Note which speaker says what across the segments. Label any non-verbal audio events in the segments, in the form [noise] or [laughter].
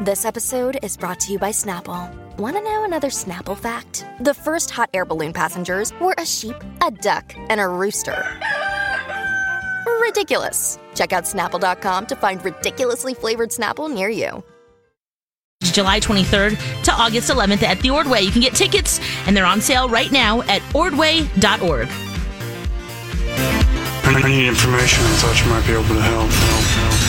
Speaker 1: This episode is brought to you by Snapple. Want to know another Snapple fact? The first hot air balloon passengers were a sheep, a duck, and a rooster. Ridiculous. Check out snapple.com to find ridiculously flavored Snapple near you.
Speaker 2: July 23rd to August 11th at the Ordway. You can get tickets, and they're on sale right now at ordway.org.
Speaker 3: Any information I thought you might be able to help.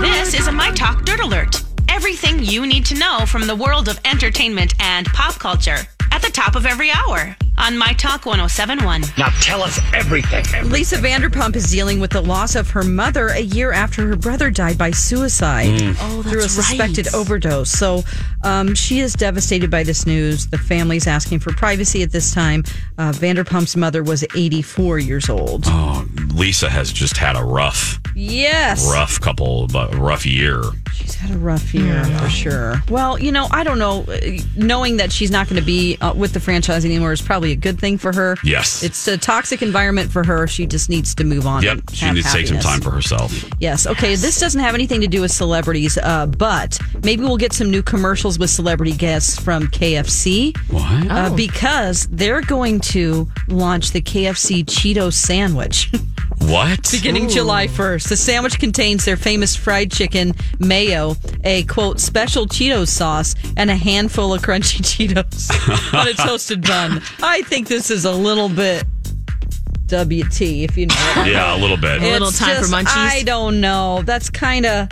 Speaker 4: This is a My Talk Dirt Alert. Everything you need to know from the world of entertainment and pop culture at the top of every hour on My Talk 1071.
Speaker 5: Now tell us everything.
Speaker 6: Lisa Vanderpump is dealing with the loss of her mother a year after her brother died by suicide
Speaker 7: Mm.
Speaker 6: through a suspected overdose. So um, she is devastated by this news. The family's asking for privacy at this time. Uh, Vanderpump's mother was 84 years old.
Speaker 7: Oh, Lisa has just had a rough,
Speaker 6: Yes.
Speaker 7: rough couple, of- uh, rough year.
Speaker 6: She's had a rough year for sure. Well, you know, I don't know. uh, Knowing that she's not going to be uh, with the franchise anymore is probably a good thing for her.
Speaker 7: Yes.
Speaker 6: It's a toxic environment for her. She just needs to move on.
Speaker 7: Yep,
Speaker 6: and
Speaker 7: she
Speaker 6: have
Speaker 7: needs to take some
Speaker 6: happiness.
Speaker 7: time for herself.
Speaker 6: Yes. Okay. This doesn't have anything to do with celebrities, uh, but maybe we'll get some new commercials with celebrity guests from KFC.
Speaker 7: What?
Speaker 6: Uh, because they're going to launch the KFC Cheeto sandwich [laughs]
Speaker 7: What?
Speaker 6: beginning July 1st. The sandwich contains their famous fried chicken, mayo, a quote, special Cheetos sauce, and a handful of crunchy [laughs] Cheetos on a toasted bun. I think this is a little bit WT, if you know what I
Speaker 7: Yeah, a little bit.
Speaker 2: A little time for munchies?
Speaker 6: I don't know. That's kind of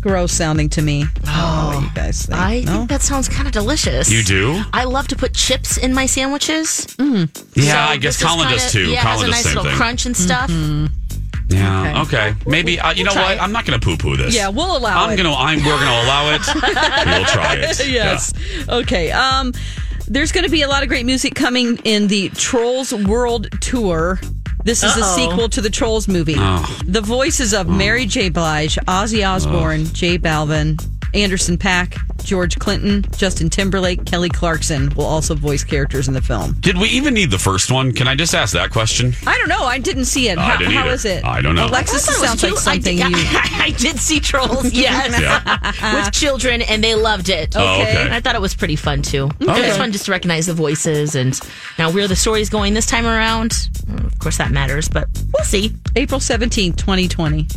Speaker 6: gross sounding to me. Oh, what you guys think?
Speaker 8: I
Speaker 6: No?
Speaker 8: think that sounds kind of delicious.
Speaker 7: You do?
Speaker 8: I love to put chips in my sandwiches.
Speaker 7: yeah,
Speaker 8: So
Speaker 7: I guess
Speaker 8: this is
Speaker 7: Colin
Speaker 8: kinda-
Speaker 7: does too.
Speaker 8: Yeah, it has
Speaker 7: Colin
Speaker 8: a
Speaker 7: does
Speaker 8: nice
Speaker 7: same
Speaker 8: little
Speaker 7: thing. Mm-hmm.
Speaker 8: crunch and stuff.
Speaker 7: Yeah. Okay. Maybe uh, you know what? I'm not going to poo-poo this.
Speaker 6: Yeah, we'll allow
Speaker 7: I'm
Speaker 6: [laughs] it.
Speaker 7: gonna. I'm. We're
Speaker 8: [laughs]
Speaker 7: gonna allow it. we'll try it.
Speaker 6: yes. Okay. Um, there's going to be a lot of great music coming in the Trolls World Tour. This is a sequel to the Trolls movie.
Speaker 7: Oh.
Speaker 6: The voices of Mary J. Blige, Ozzy Osbourne, Jay Balvin, Anderson Pack, George Clinton, Justin Timberlake, Kelly Clarkson will also voice characters in the film.
Speaker 7: Yeah. Did we even need the first one? Can I just ask that question?
Speaker 6: I don't know. I didn't see it.
Speaker 7: I
Speaker 6: How-
Speaker 7: didn't
Speaker 6: how
Speaker 7: either.
Speaker 6: is it?
Speaker 7: I don't know.
Speaker 6: Alexis,
Speaker 8: I
Speaker 6: it
Speaker 8: thought it was
Speaker 6: sounds like
Speaker 8: cute. I
Speaker 6: something
Speaker 8: did-
Speaker 6: you.
Speaker 8: [laughs] I, did
Speaker 2: [laughs]
Speaker 8: see trolls, yes,
Speaker 7: Yeah.
Speaker 8: with children, and they loved it.
Speaker 7: Oh, okay.
Speaker 8: And I thought it was pretty fun too. It was fun just to recognize the voices and now where the story's going this time around. Of course, that matters, but we'll see.
Speaker 6: April 17th, 2020.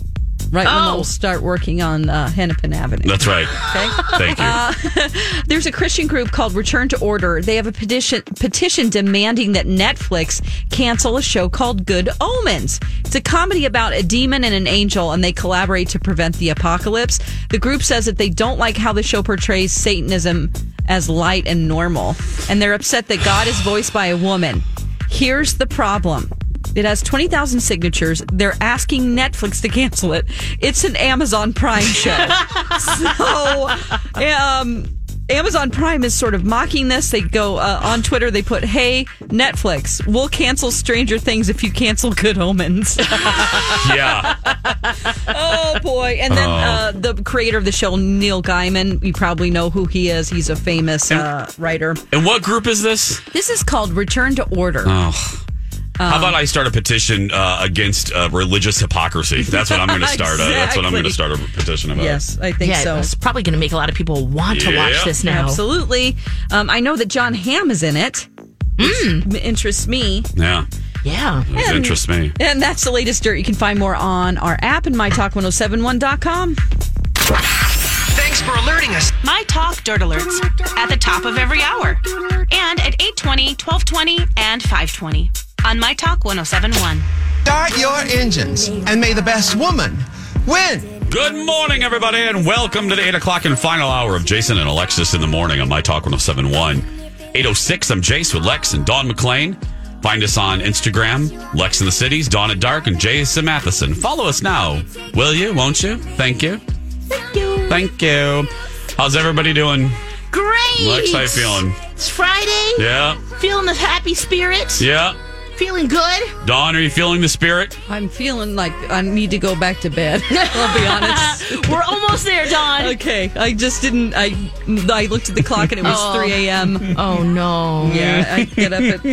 Speaker 6: Right when
Speaker 8: Oh.
Speaker 6: we'll start working on uh, Hennepin Avenue.
Speaker 7: That's right. Thank you.
Speaker 8: Uh, [laughs]
Speaker 6: There's a Christian group called Return to Order. They have a petition petition demanding that Netflix cancel a show called Good Omens. It's a comedy about a demon and an angel and they collaborate to prevent the apocalypse. The group says that they don't like how the show portrays Satanism as light and normal and they're upset that God is voiced by a woman. Here's the problem. It has 20,000 signatures. They're asking Netflix to cancel it. It's an Amazon Prime show. so um Amazon Prime is sort of mocking this. They go uh, on Twitter. They put, "Hey Netflix, we'll cancel Stranger Things if you cancel Good Omens." [laughs]
Speaker 7: yeah.
Speaker 6: oh boy! And then uh, the creator of the show, Neil Gaiman. You probably know who he is. He's a famous uh, writer.
Speaker 7: And what group is this?
Speaker 6: This is called Return to Order.
Speaker 7: Oh. How about I start a petition uh, against uh, religious hypocrisy? That's what I'm going to start. uh, that's what I'm going to start a petition about.
Speaker 6: yes, I think
Speaker 8: yeah,
Speaker 6: so.
Speaker 8: it's probably going to make a lot of people want to
Speaker 7: Yeah.
Speaker 8: watch this now.
Speaker 6: Absolutely. Um, I know that John Hamm is in it. Which interests me.
Speaker 7: Yeah.
Speaker 8: Yeah.
Speaker 7: It interests me.
Speaker 6: And that's the latest dirt. You can find more on our app and mytalk1071.com.
Speaker 5: Thanks for alerting us.
Speaker 4: My Talk Dirt Alerts at the top of every hour and at 820, 1220, and 520 on My Talk 1071.
Speaker 9: Start your engines and may the best woman win.
Speaker 7: Good morning, everybody, and welcome to the 8 o'clock and final hour of Jason and oh Alexis in the morning on My Talk 1071. 806, I'm Jace with Lex and Dawn McClain. Find us on Instagram, Lex in the Cities, Dawn at Dark, and Jason Matheson. Follow us now, will you? Won't you? Thank you. Thank you. Thank you. How's everybody doing?
Speaker 8: Great.
Speaker 7: Lex, how you feeling?
Speaker 8: It's Friday.
Speaker 7: Yeah.
Speaker 8: Feeling the happy spirit.
Speaker 7: Yeah.
Speaker 8: Feeling good.
Speaker 7: Dawn, are you feeling the spirit?
Speaker 6: I'm feeling like I need to go back to bed. [laughs] I'll be
Speaker 8: [laughs]
Speaker 6: honest.
Speaker 8: We're almost there, [laughs] Dawn.
Speaker 6: [laughs] okay, I just didn't. I I looked at the clock and it [laughs] was
Speaker 8: Oh.
Speaker 6: 3 a.m.
Speaker 8: Oh no.
Speaker 6: Yeah, I get [laughs] up at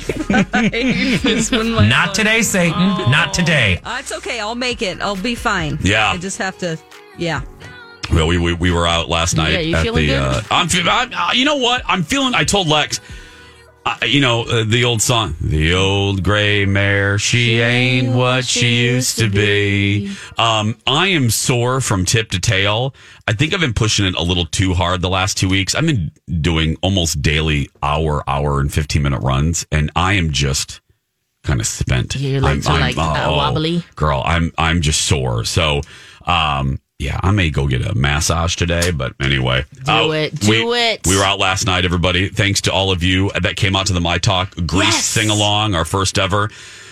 Speaker 6: 3:45. It's when my-
Speaker 10: Not today, Satan. Not today.
Speaker 6: Uh, it's okay. I'll make it. I'll be fine.
Speaker 7: Yeah.
Speaker 6: I just have to. Yeah.
Speaker 7: Well, we, we, we were out last night.
Speaker 6: Yeah, you
Speaker 7: at
Speaker 6: feeling
Speaker 7: the,
Speaker 6: good?
Speaker 7: Uh, I'm, fe- I'm uh, you know what? I'm feeling. I told Lex, uh, you know uh, the old song, the old gray mare. She ain't what she used to be. Um, I am sore from tip to tail. I think I've been pushing it a little too hard the last two weeks. I've been doing almost daily hour, hour and fifteen minute runs, and I am just kind of spent.
Speaker 8: Yeah, your legs
Speaker 7: I'm,
Speaker 8: are
Speaker 7: I'm-
Speaker 8: like, uh,
Speaker 7: oh,
Speaker 8: wobbly.
Speaker 7: girl. I'm I'm just sore. So, um, yeah, I may go get a massage today. But anyway, Uh,
Speaker 8: Do it. Do
Speaker 7: we,
Speaker 8: it.
Speaker 7: We were out last night, everybody. Thanks to all of you that came out to the My Talk Grease
Speaker 8: Yes.
Speaker 7: sing along, our first ever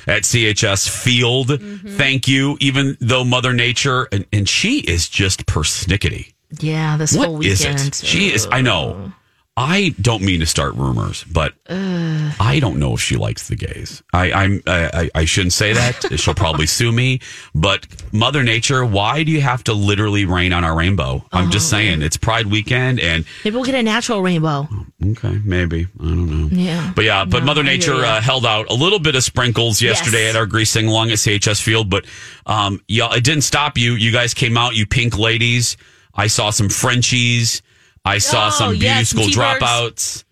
Speaker 7: at CHS Field.
Speaker 8: Mm-hmm.
Speaker 7: Thank you. Even though Mother Nature and, and she is just persnickety.
Speaker 8: Yeah. This
Speaker 7: What
Speaker 8: whole
Speaker 7: is
Speaker 8: weekend.
Speaker 7: it? She is. I know. I don't mean to start rumors, but
Speaker 8: Ugh.
Speaker 7: I don't know if she likes the gays. I I'm, I, I I shouldn't say that.
Speaker 8: [laughs]
Speaker 7: She'll probably sue me. But Mother Nature, why do you have to literally rain on our rainbow? I'm
Speaker 8: Oh.
Speaker 7: just saying it's Pride weekend, and
Speaker 8: Maybe we'll get a natural rainbow.
Speaker 7: okay, maybe I don't know.
Speaker 8: Yeah.
Speaker 7: But yeah, but
Speaker 8: No,
Speaker 7: Mother
Speaker 8: I hear
Speaker 7: Nature
Speaker 8: ya.
Speaker 7: uh, held out a little bit of sprinkles yesterday
Speaker 8: Yes.
Speaker 7: at our grease sing along at CHS Field, but um, y'all, it didn't stop you. You guys came out, you pink ladies. I saw some Frenchies. I saw
Speaker 8: Oh,
Speaker 7: some beauty
Speaker 8: yes,
Speaker 7: school
Speaker 8: T-birds.
Speaker 7: dropouts.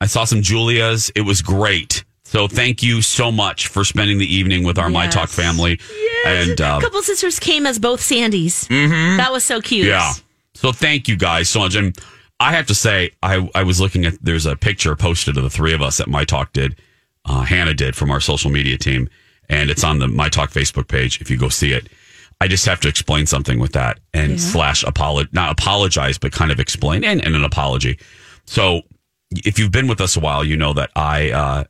Speaker 7: I saw some Julias. It was great. So thank you so much for spending the evening with our My
Speaker 8: Yes.
Speaker 7: Talk family. And
Speaker 8: a
Speaker 7: um,
Speaker 8: couple sisters came as both Sandys.
Speaker 7: Mhm.
Speaker 8: That was so cute.
Speaker 7: yeah. So thank you guys so much. And I have to say, I, I was looking at there's a picture posted of the three of us that My Talk did, uh, Hannah did from our social media team, and it's on the My Talk Facebook page. If you go see it, I just have to explain something with that and
Speaker 8: Yeah.
Speaker 7: slash apologize, not apologize, but kind of explain and, and an apology. So if you've been with us a while, you know that I, uh,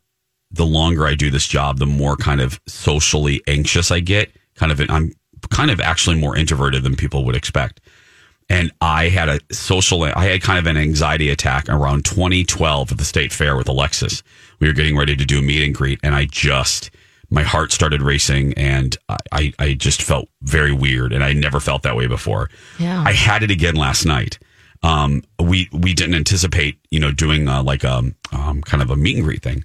Speaker 7: the longer I do this job, the more kind of socially anxious I get. Kind of, I'm kind of actually more introverted than people would expect and I had a social, I had kind of an anxiety attack around 2012 at the state fair with Alexis. We were getting ready to do a meet and greet, and I just, my heart started racing, and I- I, I just felt very weird, and I never felt that way before.
Speaker 8: Yeah.
Speaker 7: I had it again last night. Um, we we didn't anticipate, you know, doing uh, like um, um kind of a meet and greet thing,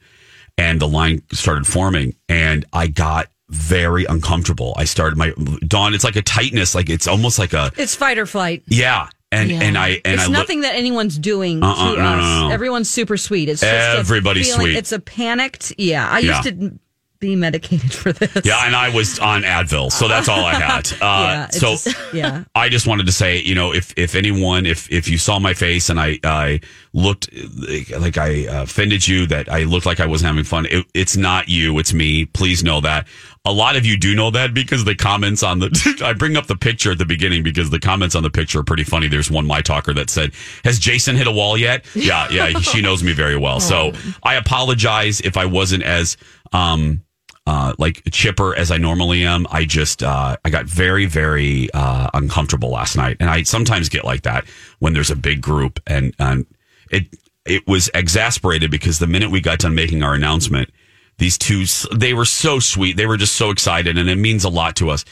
Speaker 7: and the line started forming, and I got very uncomfortable. I started my dawn. It's like a tightness, like it's almost like a
Speaker 6: It's fight or flight.
Speaker 7: yeah, and
Speaker 6: Yeah.
Speaker 7: and I and
Speaker 6: it's
Speaker 7: I look.
Speaker 6: nothing that anyone's doing
Speaker 7: Uh-uh,
Speaker 6: to
Speaker 7: no,
Speaker 6: us.
Speaker 7: no, no.
Speaker 6: Everyone's super sweet. It's just a
Speaker 7: Everybody's
Speaker 6: feeling-
Speaker 7: sweet.
Speaker 6: It's a panicked. Yeah, I
Speaker 7: Yeah.
Speaker 6: used to be medicated for this.
Speaker 7: yeah, and I was on Advil, so that's all I had. Uh,
Speaker 6: [laughs] Yeah, it's
Speaker 7: so
Speaker 6: just-
Speaker 7: [laughs]
Speaker 6: yeah.
Speaker 7: I just wanted to say, you know, if if anyone, if if you saw my face and I I looked like, like I uh, offended you, that I looked like I wasn't having fun, it, it's not you, it's me. Please know that. A lot of you do know that because the comments on the [laughs] I bring up the picture at the beginning because the comments on the picture are pretty funny. There's one my talker that said, "Has Jason hit a wall yet?" Yeah, yeah, she knows me very well. So I apologize if I wasn't as um uh, like chipper as I normally am. I just uh, I got very very uh, uncomfortable last night, and I sometimes get like that when there's a big group, and um, it it was exasperated because the minute we got done making our announcement, these two s- they were so sweet, they were just so excited, and it means a lot to us.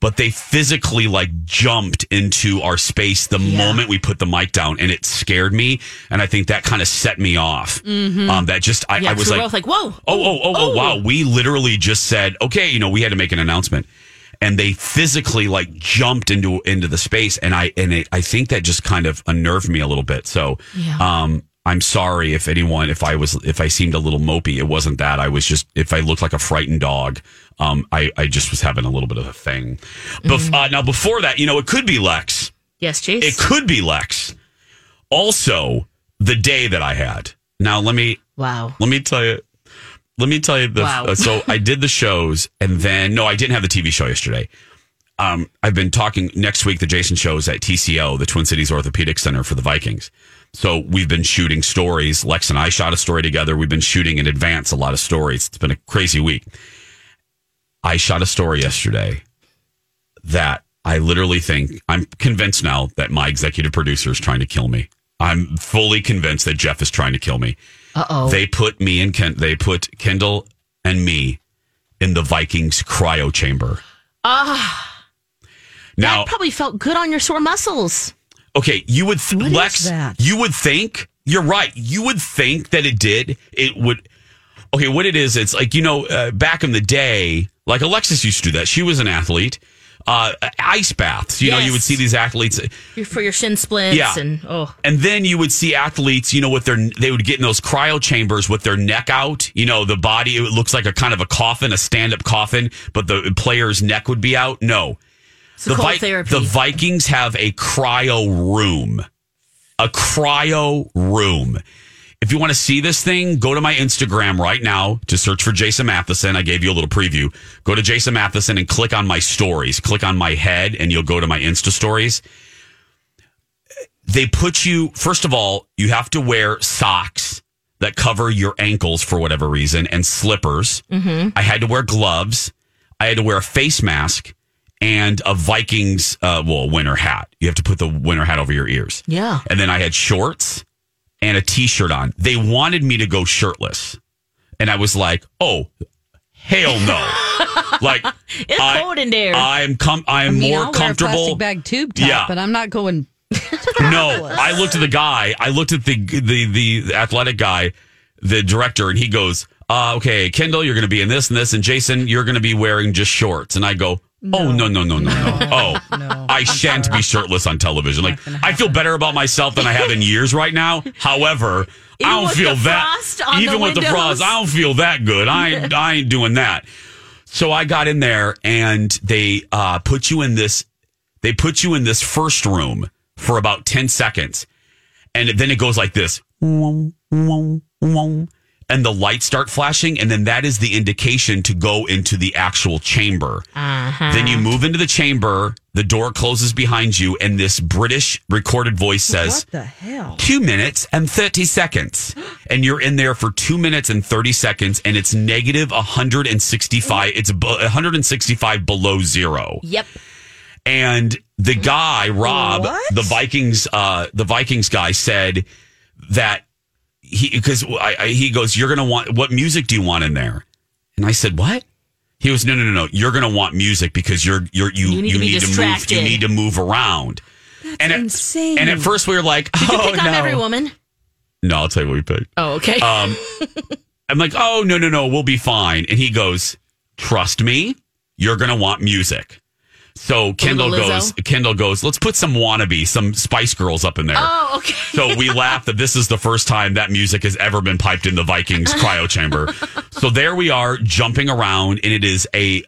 Speaker 7: But they physically like jumped into our space the moment we put the mic down, and it scared me, and I think that kind of set me off.
Speaker 8: Mhm.
Speaker 7: Um, that just I,
Speaker 8: Yeah,
Speaker 7: I
Speaker 8: 'cause
Speaker 7: was
Speaker 8: we're
Speaker 7: like,
Speaker 8: both like, whoa.
Speaker 7: Oh, oh, oh, oh, wow. We literally just said, okay, you know, we had to make an announcement. And they physically like jumped into into the space. And I and it I think that just kind of unnerved me a little bit. So
Speaker 8: Yeah.
Speaker 7: um I'm sorry if anyone if I was if I seemed a little mopey. It wasn't that. I was just if I looked like a frightened dog, um I, I just was having a little bit of a thing. Bef- uh, now before that, you know, it could be Lex.
Speaker 8: Yes, Chase.
Speaker 7: It could be Lex. Also, the day that I had. Now let me
Speaker 8: Wow.
Speaker 7: let me tell you. Let me tell you the.
Speaker 8: Wow.
Speaker 7: uh, so I did the shows, and then no, I didn't have the TV show yesterday. um, I've been talking next week. The Jason show is at TCO, the Twin Cities Orthopedic Center for the Vikings. So we've been shooting stories. Lex and I shot a story together. We've been shooting in advance a lot of stories. It's been a crazy week. I shot a story yesterday that I literally think I'm convinced now that my executive producer is trying to kill me. I'm fully convinced that Jeff is trying to kill me.
Speaker 8: Uh oh.
Speaker 7: They put me and Ken, they put Kendall and me in the Vikings cryo chamber.
Speaker 8: Ah.
Speaker 7: Now,
Speaker 8: that probably felt good on your sore muscles.
Speaker 7: okay, you would th-
Speaker 8: What is
Speaker 7: Lex,
Speaker 8: that?
Speaker 7: you would think you're right. You would think that it did. It would. Okay, what it is? It's like you know, uh, back in the day, like Alexis used to do that. She was an athlete. Uh, ice baths. You know, you would
Speaker 8: Yes.
Speaker 7: see these athletes.
Speaker 8: Your- For your shin splints
Speaker 7: Yeah.
Speaker 8: and oh.
Speaker 7: And then you would see athletes, you know, with their, they would get in those cryo chambers with their neck out. You know, the body, it looks like a kind of a coffin, a stand up coffin, but the player's neck would be out. No.
Speaker 8: It's called therapy.
Speaker 7: the Vikings have a cryo room. A cryo room. If you want to see this thing, go to my Instagram right now to search for Jason Matheson. I gave you a little preview. Go to Jason Matheson and click on my stories. Click on my head and you'll go to my Insta stories they put you first of all you have to wear socks that cover your ankles for whatever reason and slippers
Speaker 8: Mhm.
Speaker 6: Mm-hmm.
Speaker 7: i had to wear gloves i had to wear a face mask and a vikings uh, well winter hat you have to put the winter hat over your ears
Speaker 8: Yeah.
Speaker 7: and then i had shorts and a t-shirt on they wanted me to go shirtless and i was like oh hell no
Speaker 6: [laughs]
Speaker 7: like
Speaker 8: It's
Speaker 7: I-
Speaker 8: cold in there.
Speaker 7: i'm com- i'm
Speaker 6: I mean,
Speaker 7: more
Speaker 6: I'll Wear a
Speaker 7: comfortable
Speaker 6: plastic bag tube top,
Speaker 7: Yeah.
Speaker 6: but I'm not going.
Speaker 7: no, I looked at the guy. I looked at the the the athletic guy, the director, and he goes, uh, "Okay, Kendall, you're going to be in this and this, and Jason, you're going to be wearing just shorts." And I go, "Oh no no no no no!
Speaker 8: [laughs]
Speaker 7: oh, I shan't be shirtless on television. Like I feel better about myself than I have in years right
Speaker 8: [laughs]
Speaker 7: now. However."
Speaker 8: Even
Speaker 7: I don't
Speaker 8: with
Speaker 7: feel
Speaker 8: the
Speaker 7: that
Speaker 8: frost on the
Speaker 7: even with the
Speaker 8: windows.
Speaker 7: frost, I don't feel that good. I
Speaker 8: [laughs]
Speaker 7: ain't, I ain't doing that. So I got in there and they uh, put you in this. They put you in this first room for about ten seconds, and then it goes like this, and the lights start flashing, and then that is the indication to go into the actual chamber.
Speaker 8: Uh-huh.
Speaker 7: Then you move into the chamber. The door closes behind you, and this British recorded voice says,
Speaker 6: the hell?
Speaker 7: two minutes and 30 seconds. And you're in there for two minutes and 30 seconds, and it's negative 165. It's bu- 165 below zero.
Speaker 8: Yep.
Speaker 7: And the guy, Rob, the Vikings, uh, the Vikings guy said that he, because I, I, he goes, You're going to want, what music do you want in there? And I said, What? He was no no no no. You're gonna want music because you're you're you you
Speaker 8: You need to be
Speaker 7: need, to, move you
Speaker 8: distracted.
Speaker 7: need to move around. That's and
Speaker 6: insane.
Speaker 7: At, and at first we were like,
Speaker 8: You can
Speaker 7: oh
Speaker 8: pick
Speaker 7: no.
Speaker 8: on every woman.
Speaker 7: No, I'll tell you what we picked.
Speaker 8: Oh, okay.
Speaker 7: Um, I'm like, oh, no, no, no, we'll be fine. And he goes, trust me, you're going to want music. So Kendall
Speaker 8: Lizzo?
Speaker 7: goes, Kendall goes, let's put some wannabe, some Spice Girls up in there.
Speaker 8: Oh, okay.
Speaker 7: [laughs] So we laugh that this is the first time that music has ever been piped in the Vikings cryo chamber.
Speaker 8: [laughs]
Speaker 7: so there we are jumping around and it is a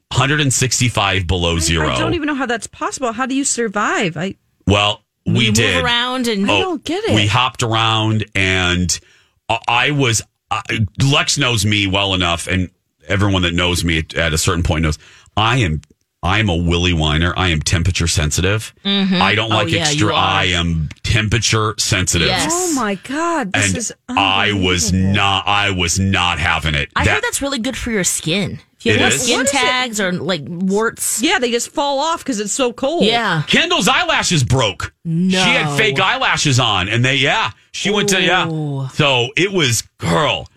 Speaker 7: 165 below zero.
Speaker 6: I don't even know how that's possible. How do you survive? I
Speaker 7: Well, we
Speaker 8: you
Speaker 7: did Oh,
Speaker 8: move around and
Speaker 6: I don't get it.
Speaker 7: we hopped around and I- I was I Lex knows me well enough and everyone that knows me at, at a certain point knows I am I'm a willy whiner. I am temperature sensitive.
Speaker 8: Mhm.
Speaker 7: I don't
Speaker 8: Oh,
Speaker 7: like
Speaker 8: yeah, you
Speaker 7: extra.
Speaker 8: are.
Speaker 7: I am temperature sensitive.
Speaker 8: Yes.
Speaker 6: oh my god, this
Speaker 7: And
Speaker 6: is.
Speaker 7: I was not I was not having it.
Speaker 8: I
Speaker 7: That-
Speaker 8: heard that's really good for your skin. If you have
Speaker 7: It
Speaker 8: like,
Speaker 7: is?
Speaker 8: skin
Speaker 6: What is it?
Speaker 8: tags or like warts.
Speaker 6: Yeah, they just fall off because it's so cold.
Speaker 8: Yeah.
Speaker 7: Kendall's eyelashes broke.
Speaker 8: No.
Speaker 7: She had fake eyelashes on, and they yeah, she went to yeah. So it was girl.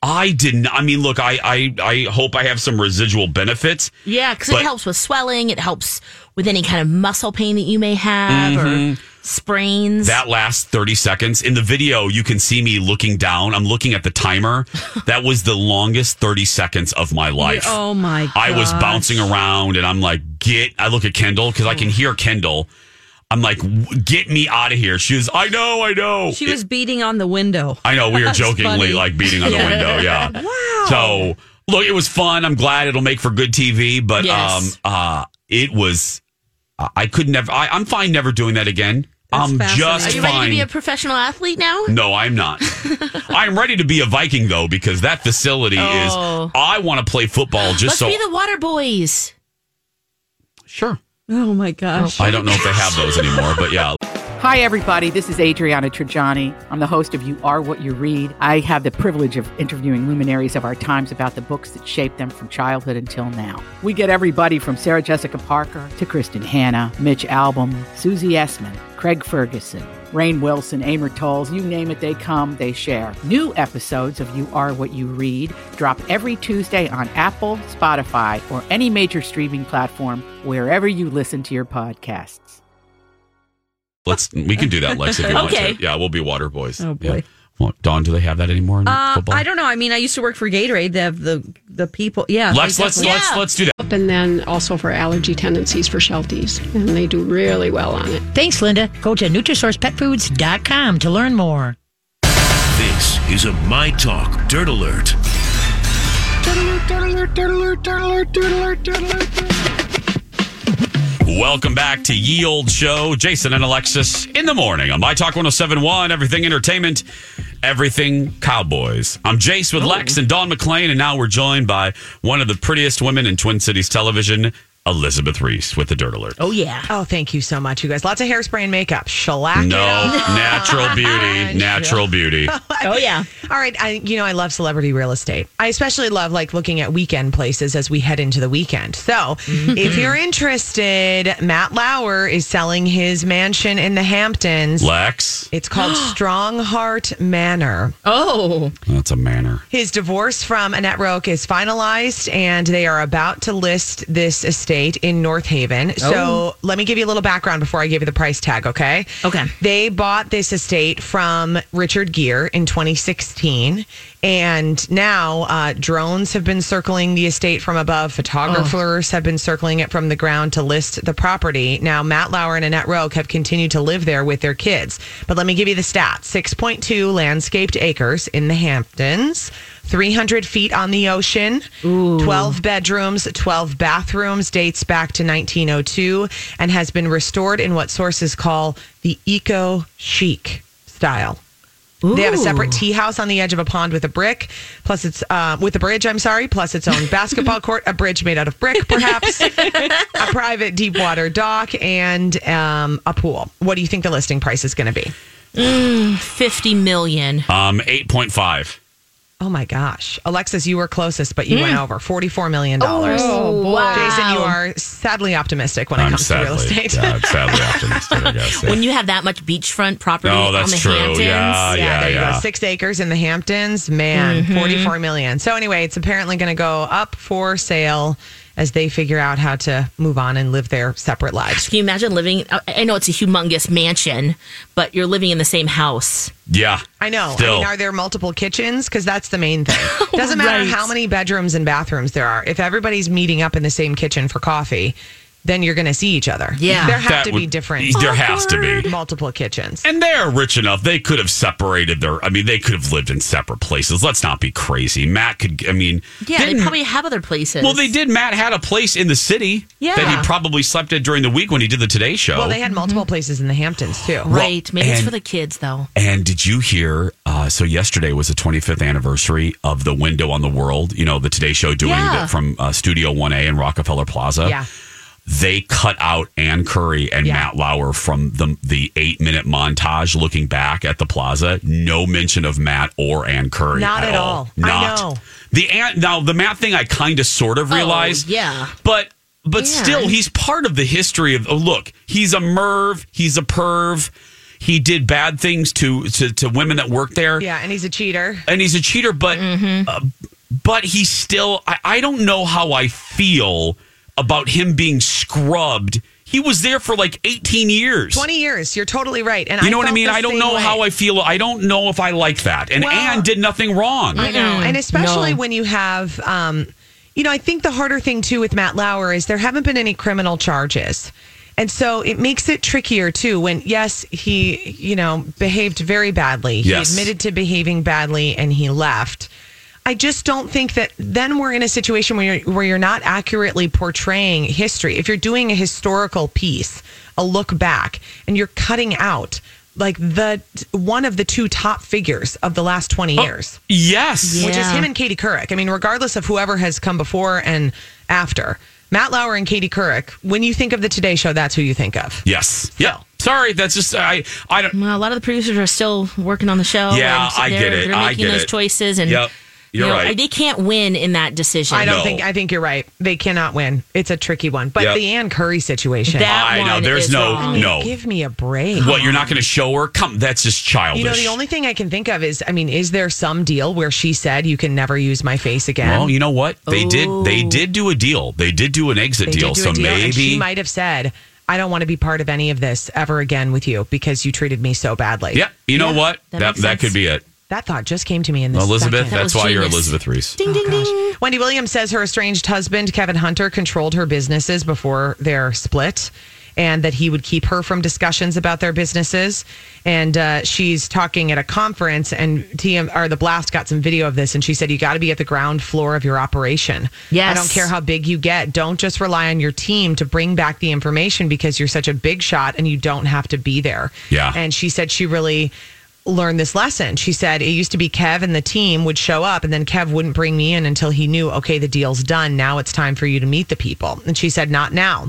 Speaker 7: I didn't. I mean, look, I I I hope I have some residual benefits.
Speaker 8: Yeah, because
Speaker 7: But-
Speaker 8: it helps with swelling. It helps with any kind of muscle pain that you may have or sprains.
Speaker 7: Mm-hmm. That lasts 30 seconds. In the video, you can see me looking down. I'm looking at the
Speaker 6: [laughs]
Speaker 7: timer. that was the longest 30 seconds of my life.
Speaker 6: Oh my. god.
Speaker 7: I was bouncing around and I'm like, get, I look at Kendall because I
Speaker 6: Oh.
Speaker 7: can hear Kendall. I'm like, "W- get me out of here. She was, I know, I know.
Speaker 6: She was beating on the window.
Speaker 7: I know we were
Speaker 6: That's
Speaker 7: jokingly
Speaker 6: funny.
Speaker 7: like beating on the
Speaker 6: Yeah.
Speaker 7: window. Yeah.
Speaker 6: Wow.
Speaker 7: So look, it was fun. I'm glad it'll make for good TV, but
Speaker 8: Yes.
Speaker 7: um, uh, it was. uh, I- I could never. I, I'm fine never doing that again. I'm
Speaker 8: Are
Speaker 7: just
Speaker 8: you
Speaker 7: fine.
Speaker 8: ready to be a professional athlete now?
Speaker 7: no, I'm not. I'm ready to be a Viking though because that facility
Speaker 8: Oh.
Speaker 7: is. I want to play football
Speaker 8: Let's
Speaker 7: just so.
Speaker 8: be the water boys.
Speaker 7: sure.
Speaker 11: Oh my gosh.
Speaker 7: I don't know if they have those anymore, but yeah.
Speaker 4: Hi, everybody. This is Adriana Trajani. I'm the host of You Are What You Read. I have the privilege of interviewing luminaries of our times about the books that shaped them from childhood until now. We get everybody from Sarah Jessica Parker to Kristen Hanna, Mitch Albom, Susie Essman, Craig Ferguson, Rain Wilson, Amor Tolls, you name it, they come, they share. New episodes of You Are What You Read drop every Tuesday on Apple, Spotify, or any major streaming platform wherever you listen to your podcasts.
Speaker 7: Let's we can do that, Lex, if you want
Speaker 11: Okay.
Speaker 7: to. Yeah, we'll be water boys.
Speaker 11: Oh,
Speaker 7: Yeah.
Speaker 11: boy.
Speaker 7: Well, Dawn, do they have that anymore in
Speaker 11: Uh,
Speaker 7: Oh, football?
Speaker 11: I don't know. I mean, I used to work for Gatorade. They have the the people. Yeah.
Speaker 7: Lex,
Speaker 11: they
Speaker 7: let's
Speaker 11: definitely-
Speaker 7: let's let's do that.
Speaker 12: And then also for allergy tendencies for Shelties. And they do really well on it.
Speaker 13: Thanks, Linda. Go to NutrisourcePetFoods.com to learn more.
Speaker 14: This is a My Talk Dirt Alert.
Speaker 7: Welcome back to Ye Old Show. Jason and Alexis in the morning on My Talk 1071, everything entertainment, everything cowboys. I'm Jace with Lex and Dawn McClain, and now we're joined by one of the prettiest women in Twin Cities television, Elizabeth Reese with the Dirt Alert.
Speaker 6: Oh yeah. Oh, thank you so much, you guys. Lots of hairspray and makeup. Shellac. it
Speaker 7: no,
Speaker 6: [laughs] up.
Speaker 7: natural beauty, natural
Speaker 6: [laughs]
Speaker 7: beauty.
Speaker 6: oh yeah. All right. I you know I love celebrity real estate. I especially love like looking at weekend places as we head into the weekend. So if you're interested, Matt Lauer is selling his mansion in the Hamptons.
Speaker 7: Lex.
Speaker 6: It's called Strongheart Manor. Oh.
Speaker 7: That's a manner.
Speaker 6: His divorce from Annette Roque is finalized, and they are about to list this estate in North Haven.
Speaker 15: Oh.
Speaker 6: So let me give you a little background before I give you the price tag, okay? Okay. They bought this estate from Richard Gere in 2016, and now uh, drones have been circling the estate from above. Photographers have been circling it from the ground to list the property. Now, Matt Lauer and Annette Roque have continued to live there with their kids. But let me give you the stats 6.2 landscaped acres in the Hamptons. 300 feet on the ocean, 12 bedrooms, 12 bathrooms, dates back to 1902, and has been restored in what sources call the eco chic style. They have a
Speaker 16: Ooh.
Speaker 6: separate tea house on the edge of a pond with a brick, plus it's uh, with a bridge. I'm sorry, plus its own basketball court, a bridge made out of brick, perhaps a private deep water dock, and um, a pool. What do you think the listing price is going to be?
Speaker 8: Mm, 50 million.
Speaker 7: Um, 8.5.
Speaker 6: Oh my gosh, Alexis, you were closest, but you
Speaker 8: Mm.
Speaker 6: went over forty-four million dollars.
Speaker 8: Oh, wow.
Speaker 6: Jason, you are sadly optimistic when it
Speaker 7: I'm
Speaker 6: comes to real
Speaker 7: sadly,
Speaker 6: estate.
Speaker 7: yeah, I'm sadly optimistic,
Speaker 6: [laughs]
Speaker 7: I guess. yeah.
Speaker 8: When you have that much beachfront property
Speaker 7: No,
Speaker 8: on
Speaker 7: that's
Speaker 8: the
Speaker 7: true.
Speaker 8: Hamptons.
Speaker 7: Yeah, yeah,
Speaker 6: there you
Speaker 7: yeah.
Speaker 6: go. Six acres in the Hamptons, man,
Speaker 8: Mhm.
Speaker 6: 44 million. So, anyway, it's apparently going to go up for sale as they figure out how to move on and live their separate lives.
Speaker 8: Can you imagine living? I- I know it's a humongous mansion, but you're living in the same house.
Speaker 7: Yeah.
Speaker 6: I know. I
Speaker 8: Still.
Speaker 6: mean, are there multiple kitchens? Because that's the main thing. Doesn't matter
Speaker 8: Right.
Speaker 6: how many bedrooms and bathrooms there are. If everybody's meeting up in the same kitchen for coffee, then you're going to see each other.
Speaker 7: Yeah.
Speaker 6: There have
Speaker 7: Ah, That
Speaker 6: to be
Speaker 7: would-
Speaker 6: different.
Speaker 7: there has to be.
Speaker 6: Multiple kitchens.
Speaker 7: And they are rich enough. They could have separated their. I mean, they could have lived in separate places. Let's not be crazy. Matt could. I mean,
Speaker 8: Yeah,
Speaker 7: didn't-
Speaker 8: they probably have other places.
Speaker 7: Well, they did. Matt had a place in the city
Speaker 8: Yeah.
Speaker 7: that he probably slept at during the week when he did the Today Show.
Speaker 6: Well, they had multiple places in the Hamptons, too.
Speaker 8: Right. Maybe it's
Speaker 7: and-
Speaker 8: for the kids, though.
Speaker 7: and did you hear? Uh, so yesterday was the 25th anniversary of the Window on the World. You know, the Today Show doing
Speaker 8: Yeah.
Speaker 7: the, from uh, Studio 1A in Rockefeller Plaza.
Speaker 6: Yeah.
Speaker 7: They cut out Ann Curry and
Speaker 6: Yeah.
Speaker 7: Matt Lauer from the the eight minute montage looking back at the plaza. No mention of Matt or Ann Curry.
Speaker 6: Not at all. I
Speaker 7: Not
Speaker 6: know. Oh,
Speaker 7: the Ann. Now the Matt thing, I kind of sort of realized.
Speaker 8: yeah.
Speaker 7: But but still,
Speaker 8: And-
Speaker 7: he's part of the history of. Oh, look, he's a merv. He's a perv. He did bad things to to, to women that work there,
Speaker 6: Yeah, and he's a cheater. Mm-hmm.
Speaker 7: and he's a cheater. But uh, but he's still. I, I don't know how I feel about him being scrubbed. He was there for like eighteen years.
Speaker 6: 20 years. You're totally right. And
Speaker 7: you know what I
Speaker 6: felt
Speaker 7: mean?
Speaker 6: the
Speaker 7: I don't
Speaker 6: same
Speaker 7: know
Speaker 6: way.
Speaker 7: how I feel. I don't know if I like that. And
Speaker 6: Well-
Speaker 7: Anne did nothing wrong.
Speaker 6: I know. And especially
Speaker 7: No.
Speaker 6: when you have, um, you know, I think the harder thing too with Matt Lauer is there haven't been any criminal charges. And so it makes it trickier too when, yes, he, you know, behaved very badly.
Speaker 17: Yes.
Speaker 6: He admitted to behaving badly and he left. I just don't think that then we're in a situation where you're, where you're not accurately portraying history. If you're doing a historical piece, uh, a look back, and you're cutting out like the one of the two top figures of the last 20 years.
Speaker 7: Yes.
Speaker 6: Which is
Speaker 7: Yeah.
Speaker 6: him and Katie Couric. I mean, regardless of whoever has come before and after, Matt Lauer and Katie Couric. When you think of the Today Show, that's who you think of.
Speaker 7: Yes. Yeah. Sorry, that's just I. I don't.
Speaker 8: Well, a lot of the producers are still working on the show.
Speaker 7: Yeah,
Speaker 8: and so
Speaker 7: I
Speaker 8: they're-
Speaker 7: get it.
Speaker 8: They're making
Speaker 7: I get
Speaker 8: those
Speaker 7: it.
Speaker 8: choices, and
Speaker 7: Yep. You're
Speaker 8: you know,
Speaker 7: right.
Speaker 8: They can't win in that decision.
Speaker 6: I don't think I think you're right. They cannot win. It's a tricky one. But
Speaker 7: Yep.
Speaker 6: the Ann Curry situation.
Speaker 7: That I know, one there's is no-
Speaker 6: I mean,
Speaker 7: no.
Speaker 6: Give me a break.
Speaker 7: What? You're not going to show her? Come. That's just childish.
Speaker 6: You know, the only thing I can think of is, I mean, is there some deal where she said you can never use my face again?
Speaker 7: well, you know what? They did. They did do a deal. They did do an exit
Speaker 6: They did
Speaker 7: deal.
Speaker 6: do a
Speaker 7: so
Speaker 6: deal, and she
Speaker 7: maybe.
Speaker 6: might have said, "I don't want to be part of any of this ever again with you because you treated me so badly."
Speaker 7: Yeah. You know what?
Speaker 6: that
Speaker 7: That
Speaker 6: makes
Speaker 7: that, could
Speaker 6: sense.
Speaker 7: be it.
Speaker 6: That thought just came to me in this.
Speaker 7: Elizabeth.
Speaker 6: second.
Speaker 7: That's why you're Elizabeth Reese.
Speaker 6: Ding ding ding. Wendy Williams says her estranged husband Kevin Hunter controlled her businesses before their split. And that he would keep her from discussions about their businesses. And uh, she's talking at a conference, and TM or the Blast got some video of this, and she said, "You got to be at the ground floor of your operation.
Speaker 8: Yes.
Speaker 6: I don't care how big you get. Don't just rely on your team to bring back the information because you're such a big shot, and you don't have to be there.
Speaker 7: Yeah.
Speaker 6: And she said she really learned this lesson. She said it used to be Kev and the team would show up and then Kev wouldn't bring me in until he knew, okay, the deal's done. Now it's time for you to meet the people. And she said, not now.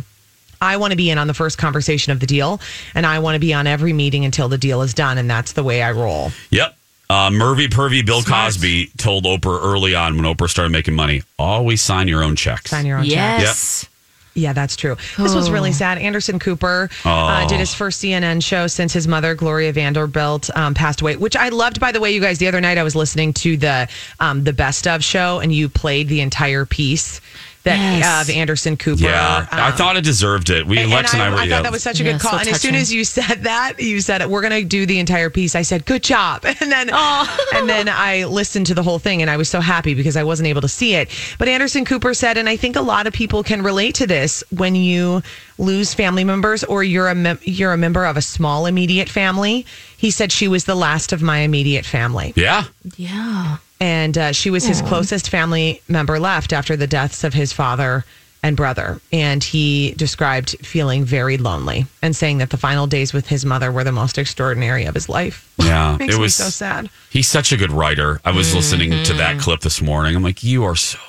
Speaker 6: I want to be in on the first conversation of the deal and I want to be on every meeting until the deal is done. And that's the way I roll.
Speaker 7: Yep. Uh, Mervy Pervy Bill Cosby told Oprah early on when Oprah started making money, always sign your own checks.
Speaker 6: Sign your own checks. Yeah, that's true. This was really sad. Anderson Cooper uh,
Speaker 7: Oh.
Speaker 6: did his first CNN show since his mother, Gloria Vanderbilt, um, passed away, which I loved. By the way, you guys, the other night I was listening to the um, the best of show, and you played the entire piece that uh,
Speaker 7: Yes.
Speaker 6: of Anderson Cooper.
Speaker 7: Yeah. I
Speaker 6: um,
Speaker 7: thought it deserved it. We, Lex and I,
Speaker 6: I,
Speaker 7: were.
Speaker 6: I
Speaker 7: yeah.
Speaker 6: thought that was such a
Speaker 8: Yeah,
Speaker 6: good
Speaker 8: so
Speaker 6: call. and as soon
Speaker 8: touching.
Speaker 6: as you said that, you said we're going to do the entire piece. I said, "Good job!" [laughs] And then, and then I listened to the whole thing, and I was so happy because I wasn't able to see it. But Anderson Cooper said, and I think a lot of people can relate to this when you lose family members or you're a mem- you're a member of a small immediate family. He said she was the last of my immediate family [laughs]
Speaker 7: Yeah.
Speaker 8: Yeah.
Speaker 6: and uh, she was his
Speaker 8: Aw.
Speaker 6: closest family member left after the deaths of his father and brother. And he described feeling very lonely and saying that the final days with his mother were the most extraordinary of his life.
Speaker 7: Yeah.
Speaker 6: Makes
Speaker 7: it
Speaker 6: me
Speaker 7: was
Speaker 6: so Mm-hmm. sad.
Speaker 7: He's such a good writer. I was listening to that clip this morning. I'm like, you are so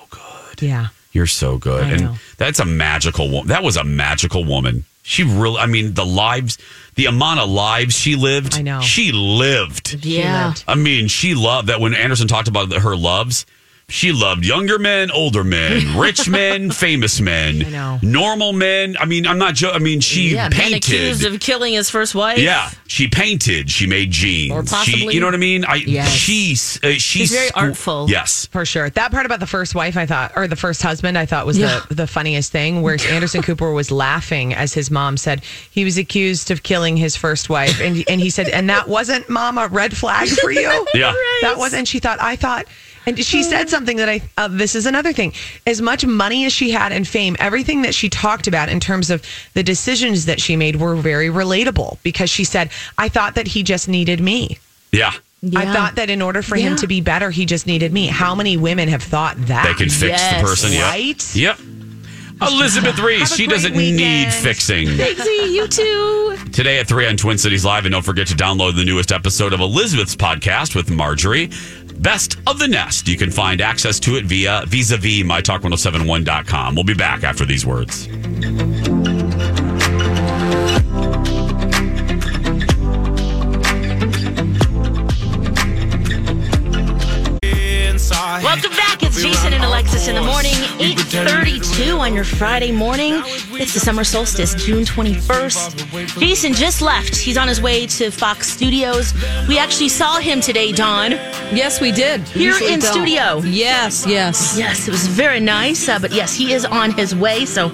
Speaker 6: Yeah.
Speaker 7: You're so good.
Speaker 6: I
Speaker 7: and
Speaker 6: know.
Speaker 7: that's a magical woman. That was a magical woman. She really, I mean, the lives, the amount of lives she lived.
Speaker 6: I know.
Speaker 7: She lived.
Speaker 8: Yeah.
Speaker 7: I mean, she loved that when Anderson talked about her loves, she loved younger men, older
Speaker 8: [laughs]
Speaker 7: men, rich men, famous men,
Speaker 6: I know.
Speaker 7: normal men. I mean, I'm not joking. I mean, she
Speaker 8: yeah, been accused
Speaker 7: painted.
Speaker 8: of killing his first wife.
Speaker 7: yeah, she painted. She made jeans.
Speaker 8: Or
Speaker 7: she,
Speaker 8: possibly-
Speaker 7: you know what I mean? I,
Speaker 8: Yes.
Speaker 7: she, uh, she
Speaker 8: She's very
Speaker 7: squ-
Speaker 8: artful.
Speaker 7: Yes.
Speaker 6: For sure. That part about the first wife, I thought, or the first husband, I thought was
Speaker 8: Yeah.
Speaker 6: the, the funniest thing, [laughs] where Anderson Cooper was laughing as his mom said he was accused of killing his first wife. And, and he said, and that wasn't, mom, a red flag for you?
Speaker 7: Yeah.
Speaker 6: That wasn't, she thought, I thought, and she said something that I, uh, this is another thing. As much money as she had and fame, everything that she talked about in terms of the decisions that she made were very relatable because she said, I thought that he just needed me.
Speaker 7: Yeah.
Speaker 6: I thought that in order for him to be better, he just needed me. How many women have thought that?
Speaker 7: They can fix the person. Yep.
Speaker 6: Right?
Speaker 7: Yep. Elizabeth Reese, she doesn't need fixing.
Speaker 8: Bigsy, E, you too.
Speaker 7: [laughs] Today at 3 on Twin Cities Live, and don't forget to download the newest episode of Elizabeth's podcast with Marjorie. Best of the Nest. You can find access to it via vis a vis mytalk1071.com. We'll be back after these words.
Speaker 8: Welcome back. It's Jason and Alexis in the morning, 8.32 on your Friday morning. It's the summer solstice, June 21st. Jason just left. He's on his way to Fox Studios. We actually saw him today, Dawn.
Speaker 18: Yes, we did.
Speaker 8: Here
Speaker 18: Usually
Speaker 8: in
Speaker 18: don't.
Speaker 8: studio.
Speaker 18: Yes, yes.
Speaker 8: Yes, it was very nice. Uh, but yes, he is on his way. So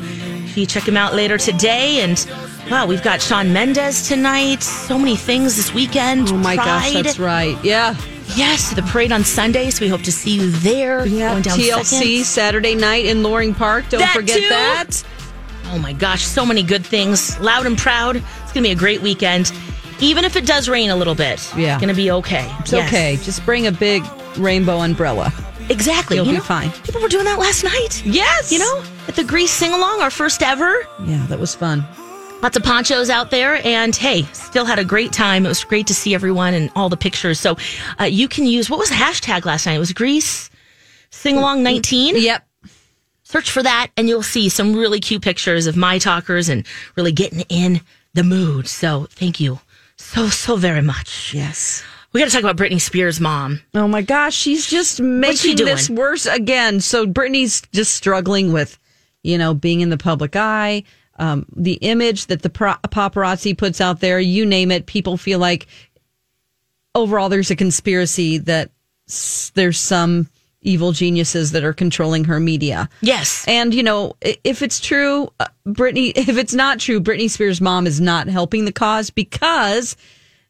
Speaker 8: you check him out later today. And wow, we've got Sean Mendez tonight. So many things this weekend.
Speaker 18: Oh my gosh, that's right. Yeah.
Speaker 8: Yes, the parade on Sunday. So we hope to see you there.
Speaker 18: Yeah,
Speaker 8: Going down
Speaker 18: TLC
Speaker 8: Second.
Speaker 18: Saturday night in Loring Park. Don't
Speaker 8: That
Speaker 18: forget
Speaker 8: too?
Speaker 18: that.
Speaker 8: Oh my gosh, so many good things. Loud and proud. It's going to be a great weekend. Even if it does rain a little bit,
Speaker 18: Yeah.
Speaker 8: it's going to be okay.
Speaker 18: It's okay. Just bring a big rainbow umbrella.
Speaker 8: Exactly.
Speaker 18: You'll
Speaker 8: you
Speaker 18: be
Speaker 8: know,
Speaker 18: fine.
Speaker 8: People were doing that last night.
Speaker 18: Yes.
Speaker 8: You know, at the Grease sing along, our first ever.
Speaker 18: Yeah, that was fun.
Speaker 8: Lots of ponchos out there. And hey, still had a great time. It was great to see everyone and all the pictures. So uh, you can use what was the hashtag last night? It was Grease sing along 19.
Speaker 18: Yep.
Speaker 8: Search for that, and you'll see some really cute pictures of my talkers and really getting in the mood. So thank you so, so very much.
Speaker 6: Yes.
Speaker 8: We got to talk about Britney Spears' mom.
Speaker 6: Oh my gosh, she's just making
Speaker 8: she doing?
Speaker 6: this worse again. So Brittany's just struggling with, you know, being in the public eye, um, the image that the pro- paparazzi puts out there. You name it, people feel like overall there's a conspiracy that s- there's some evil geniuses that are controlling her media.
Speaker 8: Yes.
Speaker 6: And you know, i- if it's true, uh, Britney [laughs] if it's not true, Britney Spears' mom is not helping the cause because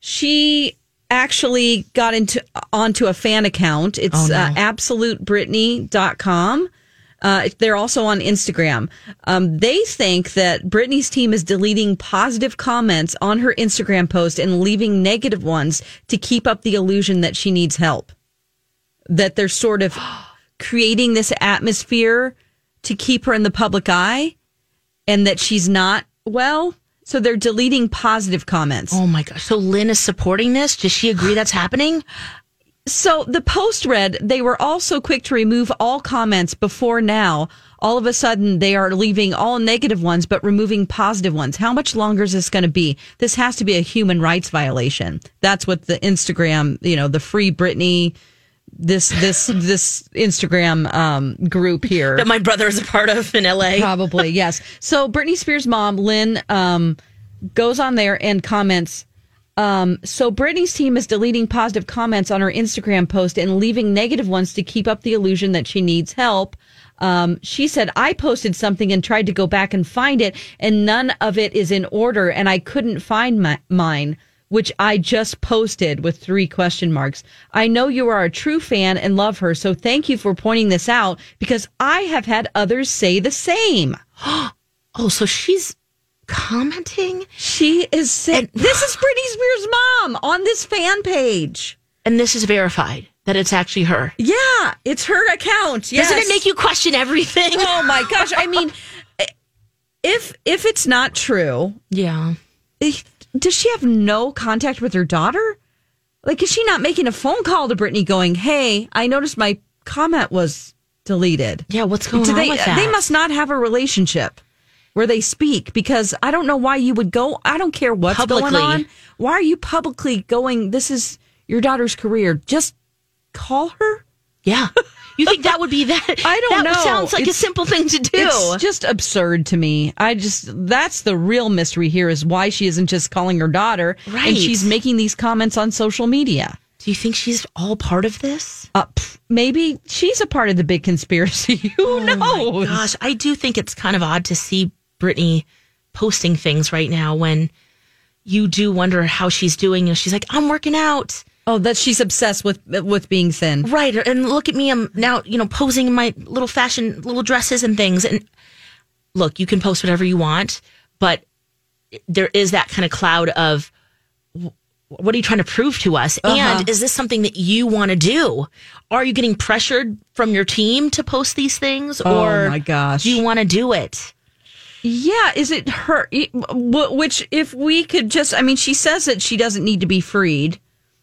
Speaker 6: she actually got into uh, onto a fan account. It's
Speaker 8: Oh, no.
Speaker 6: uh, absolutebritney.com. Uh, they're also on Instagram. Um, they think that Britney's team is deleting positive comments on her Instagram post and leaving negative ones to keep up the illusion that she needs help. That they're sort of creating this atmosphere to keep her in the public eye and that she's not well. So they're deleting positive comments.
Speaker 8: Oh my gosh. So Lynn is supporting this? Does she agree that's happening?
Speaker 6: So the post read they were also quick to remove all comments before now. All of a sudden, they are leaving all negative ones, but removing positive ones. How much longer is this going to be? This has to be a human rights violation. That's what the Instagram, you know, the Free Britney, this this [laughs] this Instagram um, group here
Speaker 8: That my brother is a part of in LA.
Speaker 6: [laughs] Probably, yes. So Britney Spears' mom, Lynn, um, goes on there and comments. Um, so Britney's team is deleting positive comments on her Instagram post and leaving negative ones to keep up the illusion that she needs help. Um, she said, I posted something and tried to go back and find it, and none of it is in order, and I couldn't find my, mine which I just posted with three question marks. I know you are a true fan and love her, so thank you for pointing this out because I have had others say the same.
Speaker 8: oh, so she's commenting?
Speaker 6: She is saying, This is Britney Spears' mom on this fan page.
Speaker 8: And this is verified that it's actually her.
Speaker 6: Yeah, it's her account. Yes.
Speaker 8: Doesn't it make you question everything?
Speaker 6: Oh my gosh. I mean, [laughs] if if it's not true,
Speaker 8: [laughs] yeah.
Speaker 6: eh, does she have no contact with her daughter? Like, is she not making a phone call to Brittany going, hey, I noticed my comment was deleted?
Speaker 8: Yeah, what's going
Speaker 6: Do
Speaker 8: on
Speaker 6: they,
Speaker 8: with that?
Speaker 6: They must not have a relationship where they speak because I don't know why you would go. I don't care what's
Speaker 8: Publicly.
Speaker 6: going on. Why are you publicly going, this is your daughter's career? Just call her?
Speaker 8: Yeah. You think that would be that?
Speaker 6: I don't
Speaker 8: that
Speaker 6: know.
Speaker 8: sounds like
Speaker 6: It's-
Speaker 8: a simple thing to do.
Speaker 6: It's just absurd to me. I just that's the real mystery here is why she isn't just calling her daughter
Speaker 8: Right.
Speaker 6: and she's making these comments on social media.
Speaker 8: do you think she's all part of this?
Speaker 6: Uh, pff, maybe she's a part of the big conspiracy. [laughs] Who
Speaker 8: Oh
Speaker 6: knows?
Speaker 8: my gosh, I do think it's kind of odd to see Britney posting things right now when you do wonder how she's doing. You know, she's like, I'm working out.
Speaker 6: Oh, that she's obsessed with with being thin.
Speaker 8: Right. And look at me. I'm now, you know, posing in my little fashion, little dresses and things. And look, you can post whatever you want, but there is that kind of cloud of wh- what are you trying to prove to us?
Speaker 6: Uh-huh.
Speaker 8: And is this something that you want to do? Are you getting pressured from your team to post these things?
Speaker 6: Oh,
Speaker 8: or
Speaker 6: my gosh.
Speaker 8: do you want to do it?
Speaker 6: Yeah, is it her? it- wh- Which, if we could just, I mean, she says that she doesn't need to be freed,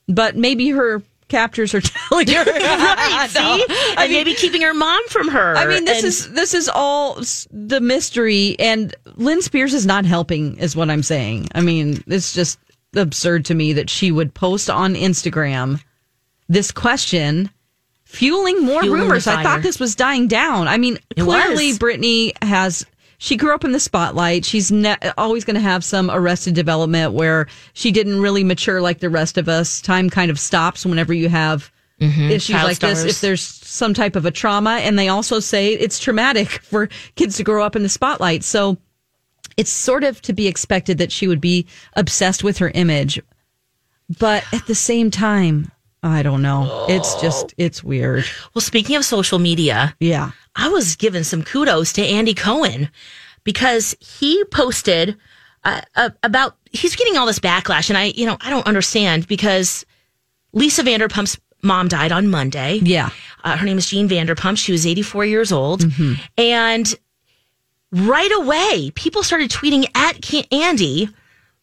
Speaker 6: but maybe her captors are [laughs] telling her.
Speaker 8: right.
Speaker 6: [laughs]
Speaker 8: See? and maybe keeping her mom from her.
Speaker 6: I mean, this
Speaker 8: And-
Speaker 6: is this is all s- the mystery, and Lynn Spears is not helping, is what I'm saying. I mean, it's just absurd to me that she would post on Instagram this question, fueling more
Speaker 8: Fueling the
Speaker 6: rumors. I
Speaker 8: fire.
Speaker 6: thought this was dying down. I mean,
Speaker 8: It
Speaker 6: clearly
Speaker 8: was.
Speaker 6: Brittany has. She grew up in the spotlight. She's ne- always going to have some arrested development where she didn't really mature like the rest of us. Time kind of stops whenever you have issues
Speaker 8: Child
Speaker 6: like this.
Speaker 8: stars.
Speaker 6: If there's some type of a trauma, and they also say it's traumatic for kids to grow up in the spotlight. So it's sort of to be expected that she would be obsessed with her image. But at the same time, I don't know. It's
Speaker 8: Oh.
Speaker 6: just, it's weird.
Speaker 8: well, speaking of social media,
Speaker 6: Yeah.
Speaker 8: I was giving some kudos to Andy Cohen because he posted uh, uh, about he's getting all this backlash, and I, you know, I don't understand because Lisa Vanderpump's mom died on Monday.
Speaker 6: Yeah.
Speaker 8: Uh, her name is Jean Vanderpump. She was 84 years old, and right away, people started tweeting at Ca- Andy,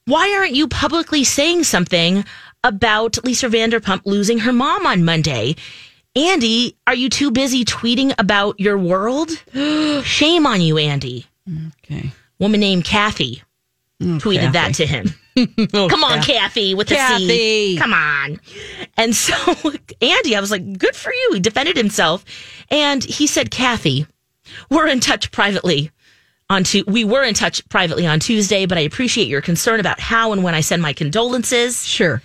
Speaker 8: "Why aren't you publicly saying something?" About Lisa Vanderpump losing her mom on Monday. Andy, are you too busy tweeting about your world? Shame on you, Andy.
Speaker 6: Okay.
Speaker 8: Woman named Kathy
Speaker 6: Mm,
Speaker 8: tweeted that to
Speaker 6: [laughs]
Speaker 8: him.
Speaker 6: Oh,
Speaker 8: Come on,
Speaker 2: Kathy.
Speaker 8: Kathy, with a C.
Speaker 2: Kathy.
Speaker 8: Come on. And so [laughs] Andy, I was like, good for you. He defended himself. And he said, Kathy, we're in touch privately on tu- we were in touch privately on Tuesday, but I appreciate your concern about how and when I send my condolences.
Speaker 6: Sure.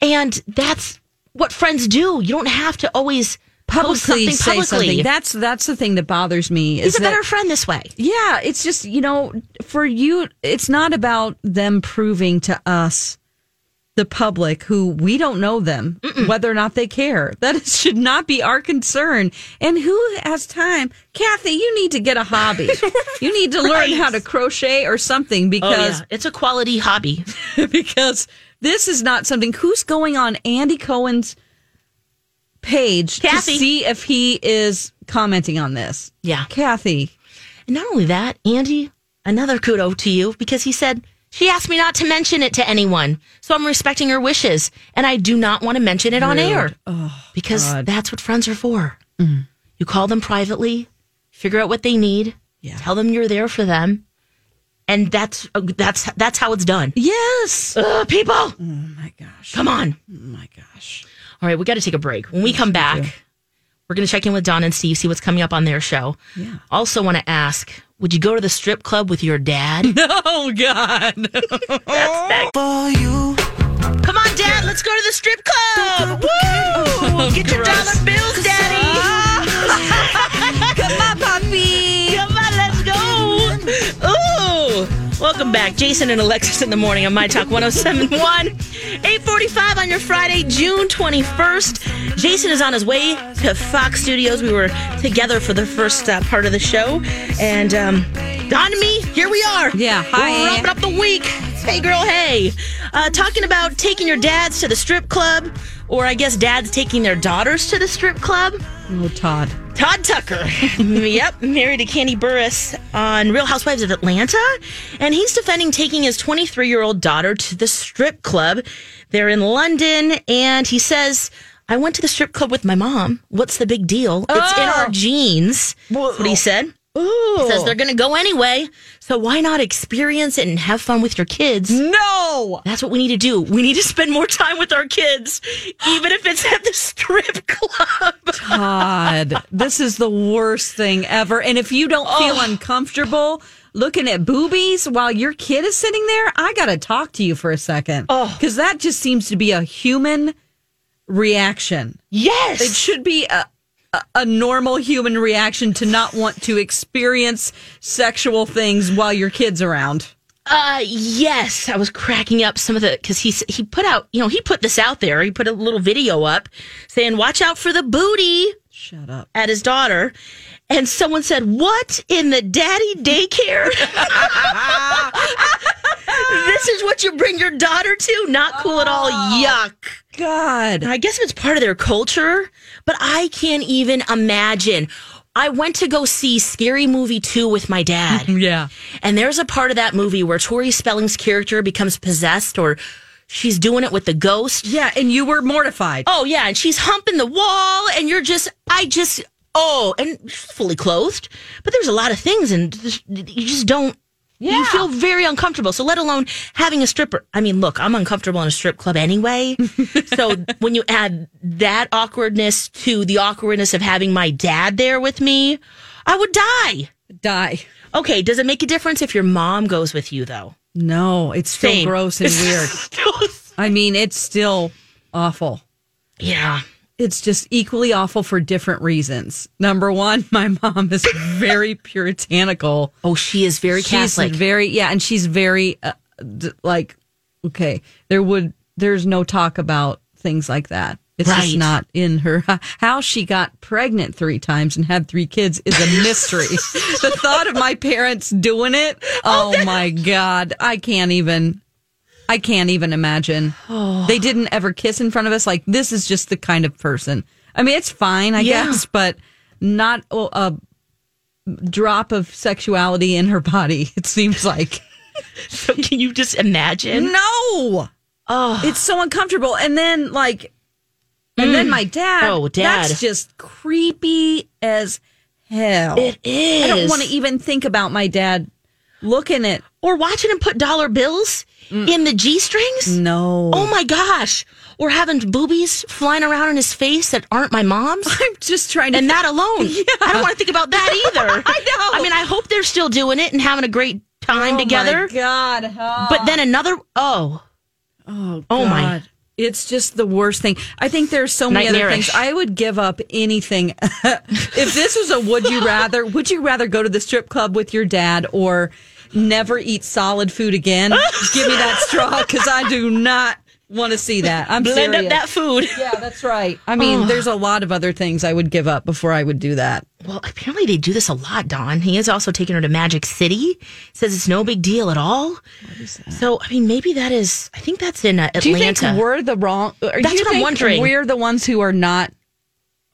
Speaker 8: And that's what friends do. You don't have to always post
Speaker 6: publicly
Speaker 8: something
Speaker 6: say
Speaker 8: publicly.
Speaker 6: something. That's that's the thing that bothers me.
Speaker 8: He's a
Speaker 6: is that-
Speaker 8: better friend this way.
Speaker 6: Yeah, it's just you know, for you, it's not about them proving to us, the public, who we don't know them, whether or not they care. [laughs] That should not be our concern. And who has time, Kathy? You need to get
Speaker 8: [laughs]
Speaker 6: a hobby. you need to learn how to crochet or
Speaker 8: Oh,
Speaker 6: something because
Speaker 8: yeah. it's a quality hobby.
Speaker 6: [laughs] because this is not something. Who's going on Andy Cohen's page
Speaker 8: Kathy.
Speaker 6: to see if he is commenting on this?
Speaker 8: Yeah.
Speaker 6: Kathy.
Speaker 8: And not only that, Andy, another kudo to you because he said, she asked me not to mention it to anyone. So I'm respecting her wishes. And I do not want to mention it on
Speaker 6: Rude.
Speaker 8: air
Speaker 6: Oh,
Speaker 8: because
Speaker 6: God. Mm.
Speaker 8: that's what friends are for. You call them privately, figure out what they need, tell them you're there for them. And that's uh, that's that's how it's done.
Speaker 6: Yes.
Speaker 8: Ugh, people. Oh
Speaker 6: my gosh.
Speaker 8: Come on.
Speaker 6: Oh my gosh.
Speaker 8: All right, we got to take a break. When we come back, we're going to check in with Don and Steve, see what's coming up on their show.
Speaker 6: Yeah.
Speaker 8: Also, want to ask would you go to the strip club with your dad?
Speaker 6: [laughs] oh, God.
Speaker 8: That's that. For you. Come on, Dad, let's go to the strip club. Woo! Get your dollar bills, [laughs] Daddy.
Speaker 6: Ah. Come on, puppy.
Speaker 8: Come on, let's go. Ooh. Welcome back. Jason and Alexis in the morning on My Talk 1071. 845 on your Friday, June 21st. Jason is on his way to Fox Studios. We were together for the first uh, part of the show. And um, Don and me, here we are.
Speaker 6: Yeah, hi.
Speaker 8: We're wrapping up the week. Hey, girl, hey. Uh, talking about taking your dads to the strip club, or I guess dads taking their daughters to the strip club.
Speaker 6: Oh, Todd.
Speaker 8: Todd Tucker. [laughs] yep, married to Candy Burris on Real Housewives of Atlanta. And he's defending taking his 23 year old daughter to the strip club. They're in London. And he says, I went to the strip club with my mom. What's the big deal? It's in our genes. That's what he said. He says they're going to go anyway. So why not experience it and have fun with your kids?
Speaker 6: No.
Speaker 8: That's what we need to do. We need to spend more time with our kids, even if it's at the strip club.
Speaker 6: God, this is the worst thing ever. And if you don't feel
Speaker 8: Oh.
Speaker 6: uncomfortable looking at boobies while your kid is sitting there, I got to talk to you for a second. Because that just seems to be a human reaction.
Speaker 8: Yes.
Speaker 6: It should be a, a, a normal human reaction to not want to experience sexual things while your kid's around.
Speaker 8: Uh, yes, I was cracking up some of the because he s- he put out you know he put this out there. He put a little video up saying, "Watch out for the booty."
Speaker 6: Shut up.
Speaker 8: At his daughter, and someone said, "What in the daddy daycare?" [laughs] this is what you bring your daughter to? Not cool at all.
Speaker 6: Oh.
Speaker 8: Yuck.
Speaker 6: God.
Speaker 8: I guess if it's part of their culture, but I can't even imagine. I went to go see Scary Movie 2 with my dad.
Speaker 6: [laughs] Yeah.
Speaker 8: And there's a part of that movie where Tori Spelling's character becomes possessed or she's doing it with the ghost.
Speaker 6: Yeah, and you were mortified.
Speaker 8: Oh, yeah, and she's humping the wall and you're just I just oh, and she's fully clothed, but there's a lot of things and th- you just don't You
Speaker 6: Yeah.
Speaker 8: feel very uncomfortable. So let alone having a stripper. I mean, look, I'm uncomfortable in a strip club anyway. so when you add that awkwardness to the awkwardness of having my dad there with me, I would die.
Speaker 6: Die.
Speaker 8: Okay, does it make a difference if your mom goes with you though?
Speaker 6: No, it's still
Speaker 8: Same. [laughs]
Speaker 6: gross and weird. I mean, it's still awful.
Speaker 8: Yeah.
Speaker 6: It's just equally awful for different reasons. Number one, my mom is very puritanical.
Speaker 8: Oh, she is very
Speaker 6: she's
Speaker 8: Catholic.
Speaker 6: Very yeah, and she's very uh, d- like okay. There would there's no talk about things like that. It's just
Speaker 8: Right.
Speaker 6: not in her. [laughs] How she got pregnant three times and had three kids is a
Speaker 8: [laughs]
Speaker 6: mystery. the thought of my parents doing it, oh, my god, I can't even. I can't even imagine.
Speaker 8: Oh.
Speaker 6: They didn't ever kiss in front of us. Like this is just the kind of person. I mean, it's fine, I
Speaker 8: Yeah.
Speaker 6: guess, but not oh, a drop of sexuality in her body. [laughs] It seems like
Speaker 8: So [laughs] can you just imagine?
Speaker 6: no,
Speaker 8: Oh,
Speaker 6: it's so uncomfortable. And then like And then my dad.
Speaker 8: Oh, dad.
Speaker 6: That's just creepy as hell.
Speaker 8: It is.
Speaker 6: Mm. I don't want to even think about my dad looking at.
Speaker 8: Or watching him put dollar bills in the G strings?
Speaker 6: Mm. No.
Speaker 8: Oh my gosh. Or having boobies flying around in his face that aren't my
Speaker 6: [laughs]
Speaker 8: mom's.
Speaker 6: [laughs] I'm just trying to.
Speaker 8: And that
Speaker 6: [laughs]
Speaker 8: alone. I don't want to think about that either.
Speaker 6: I know.
Speaker 8: I mean, I hope they're still doing it and having a great time
Speaker 6: Oh,
Speaker 8: together.
Speaker 6: my God. huh?
Speaker 8: But then another, oh,
Speaker 6: Oh,
Speaker 8: Oh, my.
Speaker 6: God. It's just the worst thing. I think there's so many other
Speaker 8: Nightmarish.
Speaker 6: things. I would give up anything. [laughs] if this was a would you rather, would you rather go to the strip club with your dad or never eat solid food [laughs] again? give me that straw because I do not want to see that. Oh. I'm
Speaker 8: blend
Speaker 6: serious.
Speaker 8: up that food.
Speaker 6: [laughs] yeah, that's right. I mean, there's a lot of other things I would give up before I would do that.
Speaker 8: Well, apparently they do this a lot, Don. He is also taking her to Magic City. Says it's no big deal at all. So, I mean, maybe that is, I think that's in uh, Atlanta.
Speaker 6: Do you think we're the wrong? or do
Speaker 8: That's
Speaker 6: you
Speaker 8: what I'm
Speaker 6: think
Speaker 8: wondering.
Speaker 6: We're the ones who are not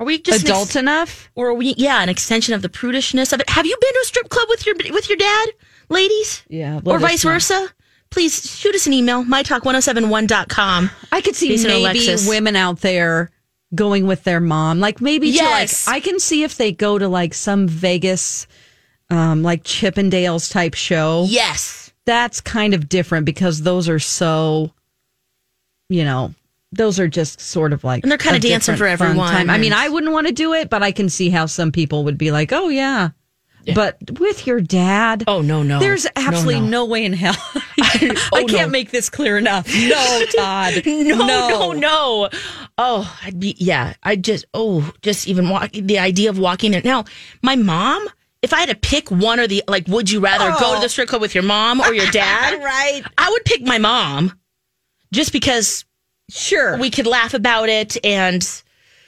Speaker 8: Are we just an
Speaker 6: adult
Speaker 8: ex-
Speaker 6: enough?
Speaker 8: or are we? Yeah, an extension of the prudishness of it. Have you been to a strip club with your with your dad, ladies?
Speaker 6: Yeah,
Speaker 8: or
Speaker 6: let us
Speaker 8: vice
Speaker 6: know.
Speaker 8: versa. Please shoot us an email, mytalk1071.com.
Speaker 6: I could see
Speaker 8: Jason
Speaker 6: maybe
Speaker 8: Alexis.
Speaker 6: women out there going with their mom, like maybe
Speaker 8: Yes.
Speaker 6: to like I can see if they go to like some Vegas, um, like Chippendales type show.
Speaker 8: Yes.
Speaker 6: That's kind of different because those are so, you know, those are just sort of like
Speaker 8: And they're kinda
Speaker 6: a
Speaker 8: dancing
Speaker 6: different
Speaker 8: for
Speaker 6: fun
Speaker 8: everyone
Speaker 6: time. I mean,
Speaker 8: and-
Speaker 6: I wouldn't want to do it, but I can see how some people would be like, oh yeah. But with your dad,
Speaker 8: Oh, no, no.
Speaker 6: there's
Speaker 8: No,
Speaker 6: absolutely
Speaker 8: no.
Speaker 6: no, way in hell. [laughs] I
Speaker 8: [laughs] Oh, no.
Speaker 6: can't make this clear enough. [laughs] No, Todd.
Speaker 8: [laughs] No, no, no, Oh, I'd be yeah. I just oh, just even walk the idea of walking in. Now, my mom. If I had to pick one or the like, would you rather go to the strip club with your mom or your dad?
Speaker 6: Oh. [laughs] Right.
Speaker 8: I would pick my mom, just because
Speaker 6: Sure.
Speaker 8: we could laugh about it and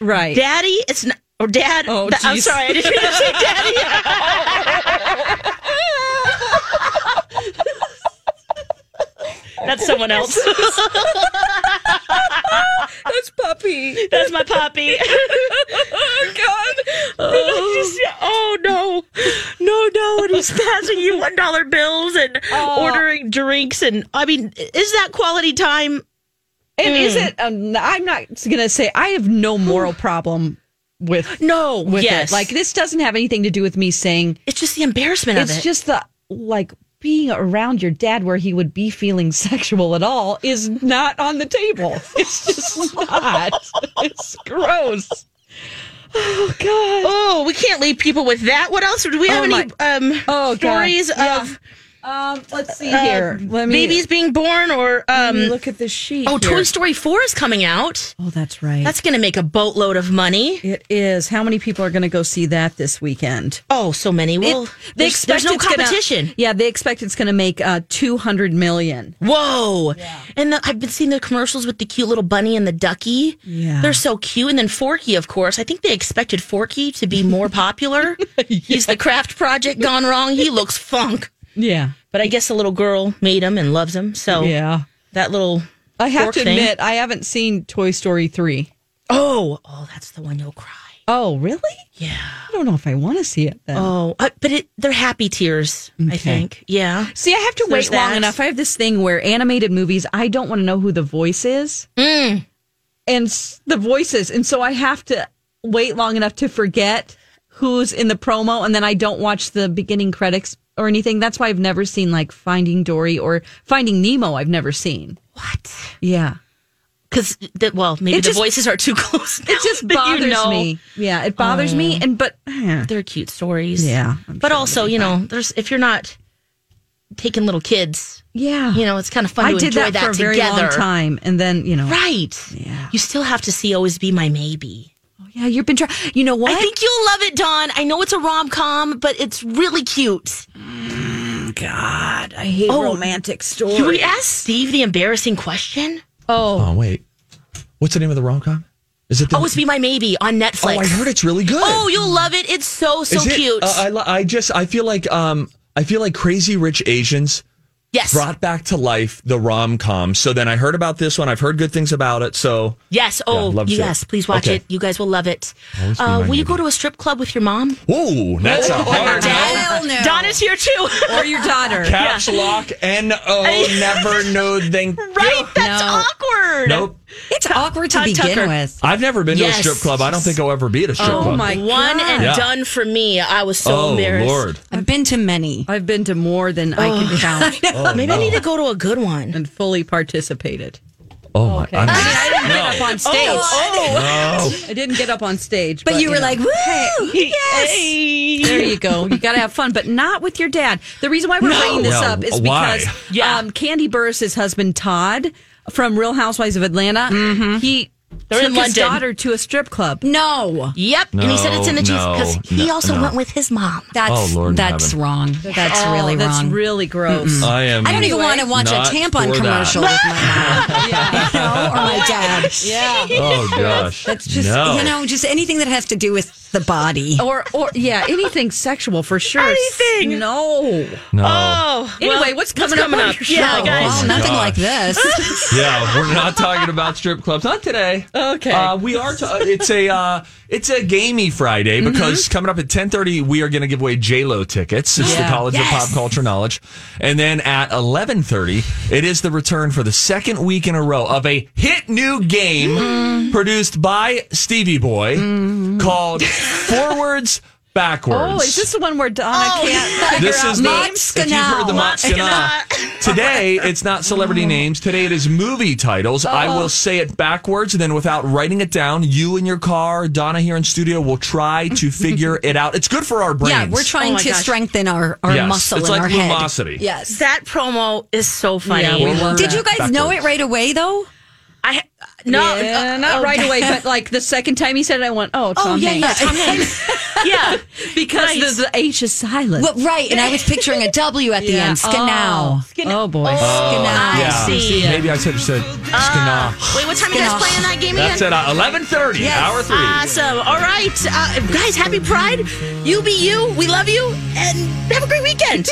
Speaker 6: right.
Speaker 8: daddy. It's not or dad.
Speaker 6: Oh,
Speaker 8: th- I'm
Speaker 6: geez.
Speaker 8: sorry, I didn't mean to say daddy.
Speaker 6: [laughs]
Speaker 8: That's someone else.
Speaker 6: That's puppy.
Speaker 8: That's my poppy.
Speaker 6: Oh God.
Speaker 8: [laughs] Oh. oh no, no, no! And he's passing you one dollar bills and
Speaker 6: Oh.
Speaker 8: ordering drinks, and I mean, is that quality time?
Speaker 6: And is
Speaker 8: Mm.
Speaker 6: it? Um, I'm not gonna say I have no
Speaker 8: [gasps]
Speaker 6: moral problem with
Speaker 8: No,
Speaker 6: with
Speaker 8: yes.
Speaker 6: it. Like this doesn't have anything to do with me saying
Speaker 8: It's just the embarrassment of
Speaker 6: it's
Speaker 8: it.
Speaker 6: just the like being around your dad where he would be feeling [laughs] sexual at all is not on the table. [laughs] It's just not. It's gross. Oh God.
Speaker 8: oh, we can't leave people with that. What else do we have?
Speaker 6: Oh,
Speaker 8: any um,
Speaker 6: Oh, God.
Speaker 8: stories of
Speaker 6: Um, let's see
Speaker 8: uh,
Speaker 6: here. Let me
Speaker 8: babies being born or
Speaker 6: let me
Speaker 8: um?
Speaker 6: look at the sheet.
Speaker 8: Oh,
Speaker 6: here.
Speaker 8: Toy Story Four is coming out.
Speaker 6: Oh, that's right.
Speaker 8: That's going to make a boatload of money.
Speaker 6: It is. How many people are going to go see that this weekend?
Speaker 8: Oh, so many. Well,
Speaker 6: It-
Speaker 8: there's, there's no
Speaker 6: it's gonna-
Speaker 8: competition.
Speaker 6: yeah, they expect it's going to make uh, two hundred million.
Speaker 8: Whoa! And the, I've been seeing the commercials with the cute little bunny and the ducky.
Speaker 6: Yeah.
Speaker 8: they're so cute. And then Forky, of course. I think they expected Forky to be
Speaker 6: [laughs]
Speaker 8: more popular. He's the craft project gone wrong. He looks funk,
Speaker 6: Yeah,
Speaker 8: but I guess the little girl made him and loves him. So
Speaker 6: yeah.
Speaker 8: that little
Speaker 6: I have
Speaker 8: fork
Speaker 6: to
Speaker 8: thing.
Speaker 6: admit, I haven't seen Toy Story three.
Speaker 8: Oh, oh, that's the one you'll cry.
Speaker 6: Oh, really?
Speaker 8: Yeah.
Speaker 6: I don't know if I want to see it. Then.
Speaker 8: Oh, I, but it, they're happy tears. I
Speaker 6: Okay.
Speaker 8: think. Yeah.
Speaker 6: See, I have to
Speaker 8: So
Speaker 6: wait
Speaker 8: there's
Speaker 6: long
Speaker 8: that.
Speaker 6: enough. I have this thing where animated movies, I don't want to know who the voice is.
Speaker 8: Hmm.
Speaker 6: And s- the voices. And so I have to wait long enough to forget who's in the promo. And then I don't watch the beginning credits or anything. That's why I've never seen like Finding Dory or Finding Nemo. I've never seen.
Speaker 8: What?
Speaker 6: Yeah.
Speaker 8: Because well, maybe
Speaker 6: It
Speaker 8: the
Speaker 6: just-
Speaker 8: voices are too [laughs] close. now,
Speaker 6: It just
Speaker 8: but you
Speaker 6: bothers
Speaker 8: know. Oh.
Speaker 6: me. Yeah. It bothers me. And, but, eh,
Speaker 8: they're cute stories.
Speaker 6: Yeah, I'm
Speaker 8: but
Speaker 6: sure
Speaker 8: also,
Speaker 6: they'll be
Speaker 8: you know, there's if you're not taking little kids,
Speaker 6: yeah.
Speaker 8: you know, it's kind of fun
Speaker 6: I
Speaker 8: to
Speaker 6: did
Speaker 8: enjoy
Speaker 6: that,
Speaker 8: that,
Speaker 6: for a
Speaker 8: together.
Speaker 6: very long time. And then, you know,
Speaker 8: Right.
Speaker 6: Yeah.
Speaker 8: You still have to see always be my maybe.
Speaker 6: yeah, you've been trying. You know what?
Speaker 8: I think you'll love it, Dawn. I know it's a rom com, but it's really cute.
Speaker 6: God, I hate romantic stories.
Speaker 8: Can we ask Steve the embarrassing question?
Speaker 6: Oh,
Speaker 19: Oh wait, what's the name of the rom com? Is it the?
Speaker 8: Always be my maybe on Netflix.
Speaker 19: oh, I heard it's really good.
Speaker 8: Oh, you'll love it. It's so so
Speaker 19: Is it?
Speaker 8: cute.
Speaker 19: Uh, I li- I just I feel like um I feel like Crazy Rich Asians
Speaker 8: yes.
Speaker 19: brought back to life the rom com. So then I heard about this one. I've heard good things about it. So
Speaker 8: Yes.
Speaker 19: Yeah,
Speaker 8: Oh,
Speaker 19: love to see
Speaker 8: yes.
Speaker 19: it.
Speaker 8: Please watch
Speaker 19: Okay.
Speaker 8: it. You guys will love it.
Speaker 19: Always be
Speaker 8: Uh,
Speaker 19: my
Speaker 8: will you go
Speaker 19: maybe.
Speaker 8: to a strip club with your mom?
Speaker 19: whoa, that's a hard
Speaker 6: Hell no.
Speaker 8: Don is here too. [laughs]
Speaker 6: or your
Speaker 4: [laughs]
Speaker 6: daughter.
Speaker 19: caps lock N O. Never know. Thank
Speaker 8: right? That's awkward.
Speaker 7: Nope.
Speaker 8: It's awkward
Speaker 4: to begin with.
Speaker 7: I've never been
Speaker 8: Yes.
Speaker 7: to a strip club. I don't think I'll ever be at a
Speaker 4: Oh
Speaker 6: Oh
Speaker 7: strip club.
Speaker 8: One and
Speaker 7: Yeah.
Speaker 8: done for me. I was so
Speaker 7: Oh,
Speaker 8: embarrassed.
Speaker 7: Lord.
Speaker 6: I've been to many. I've been to more than I can
Speaker 8: Oh.
Speaker 6: count.
Speaker 8: I know. Oh, Maybe I no. need to go to a good one
Speaker 6: and fully participated.
Speaker 7: Oh my! I'm just-
Speaker 6: I didn't get up on stage.
Speaker 7: [laughs]
Speaker 8: [laughs]
Speaker 7: Oh.
Speaker 6: I didn't get up on stage.
Speaker 4: But you were like, "Woo,
Speaker 6: yes!" There you go. You got to have fun, but not with your dad. The reason why we're
Speaker 4: No.
Speaker 6: bringing this
Speaker 4: No,
Speaker 6: up is
Speaker 4: why?
Speaker 6: because um, Candy Burris' husband Todd from Real Housewives of Atlanta, he
Speaker 8: They're
Speaker 6: took
Speaker 8: in
Speaker 6: his
Speaker 8: London.
Speaker 6: daughter to a strip club. No.
Speaker 8: Yep.
Speaker 6: And he said it's in the
Speaker 8: juice because he also went with his mom.
Speaker 4: That's
Speaker 7: Oh, Lord in
Speaker 4: that's
Speaker 7: heaven.
Speaker 4: wrong. That's
Speaker 6: Oh,
Speaker 4: really
Speaker 6: that's
Speaker 4: wrong.
Speaker 6: really gross.
Speaker 4: Mm-mm.
Speaker 7: I am
Speaker 4: I don't even want to watch a
Speaker 7: not
Speaker 4: tampon
Speaker 7: for that.
Speaker 4: commercial with my mom. You know,
Speaker 6: Oh
Speaker 4: or my dad.
Speaker 6: Yeah.
Speaker 7: Oh gosh.
Speaker 4: That's just
Speaker 7: No.
Speaker 4: you know, just anything that has to do with the body.
Speaker 6: Or or yeah, anything sexual for sure.
Speaker 4: Anything.
Speaker 6: No.
Speaker 7: No.
Speaker 4: Oh.
Speaker 6: Anyway,
Speaker 8: Oh, well,
Speaker 6: what's coming up on your show?
Speaker 7: Oh, my
Speaker 4: nothing
Speaker 7: gosh.
Speaker 4: like
Speaker 7: [laughs]
Speaker 4: this.
Speaker 7: yeah, we're not talking about strip clubs. Not today.
Speaker 6: Okay.
Speaker 7: Uh, we are. ta- it's a uh, it's a gamey Friday because coming up at ten thirty, we are going to give away J Lo tickets. It's
Speaker 4: Yeah.
Speaker 7: the College
Speaker 4: Yes.
Speaker 7: of Pop Culture Knowledge, and then at eleven thirty, it is the return for the second week in a row of a hit new game produced by Stevie Boy called Forwards Backwards.
Speaker 6: Oh, is this the one where Donna can't figure
Speaker 7: This
Speaker 6: out
Speaker 7: is the
Speaker 6: names?
Speaker 7: if you've heard the Motzkana. [laughs] Today it's not celebrity
Speaker 4: Mm-hmm.
Speaker 7: names. Today it is movie titles. I
Speaker 4: Oh.
Speaker 7: will say it backwards and then without writing it down, you in your car, Donna here in studio will try
Speaker 4: [laughs]
Speaker 7: to figure it out. It's good for our brains.
Speaker 4: Yeah, we're trying
Speaker 8: my
Speaker 4: to
Speaker 8: gosh.
Speaker 4: strengthen our, our
Speaker 7: Yes,
Speaker 4: muscle
Speaker 7: it's
Speaker 4: in
Speaker 7: like
Speaker 4: our head.
Speaker 7: lumosity.
Speaker 4: Yes.
Speaker 8: That promo is so funny.
Speaker 6: Yeah, we love
Speaker 4: Did
Speaker 6: that.
Speaker 4: you guys know it right away though?
Speaker 8: I no,
Speaker 6: Yeah,
Speaker 8: uh,
Speaker 6: not
Speaker 8: oh, [laughs]
Speaker 6: right
Speaker 8: yeah.
Speaker 6: away, but like the second time he said it, I went, "Oh, Tom
Speaker 8: Oh yeah, yeah,
Speaker 6: Hanks.
Speaker 8: Tom Hanks. [laughs] yeah,
Speaker 6: because
Speaker 8: Nice.
Speaker 6: the, the H is silent.
Speaker 4: Well, right, and I was picturing a W at the
Speaker 6: Yeah.
Speaker 4: end. Skinnow.
Speaker 6: Oh boy,
Speaker 7: Oh,
Speaker 4: Skinnow.
Speaker 7: yeah.
Speaker 8: I see.
Speaker 7: Maybe I should have said
Speaker 4: Uh,
Speaker 7: Skana.
Speaker 8: Wait, what time you guys
Speaker 4: Skinner.
Speaker 8: playing that game
Speaker 7: That's
Speaker 8: again?
Speaker 7: at uh, 11.30,
Speaker 4: Yes. Uh,
Speaker 7: hour three.
Speaker 8: Awesome. All right, uh, guys. Happy Pride. You be you. We love you, and have a great weekend.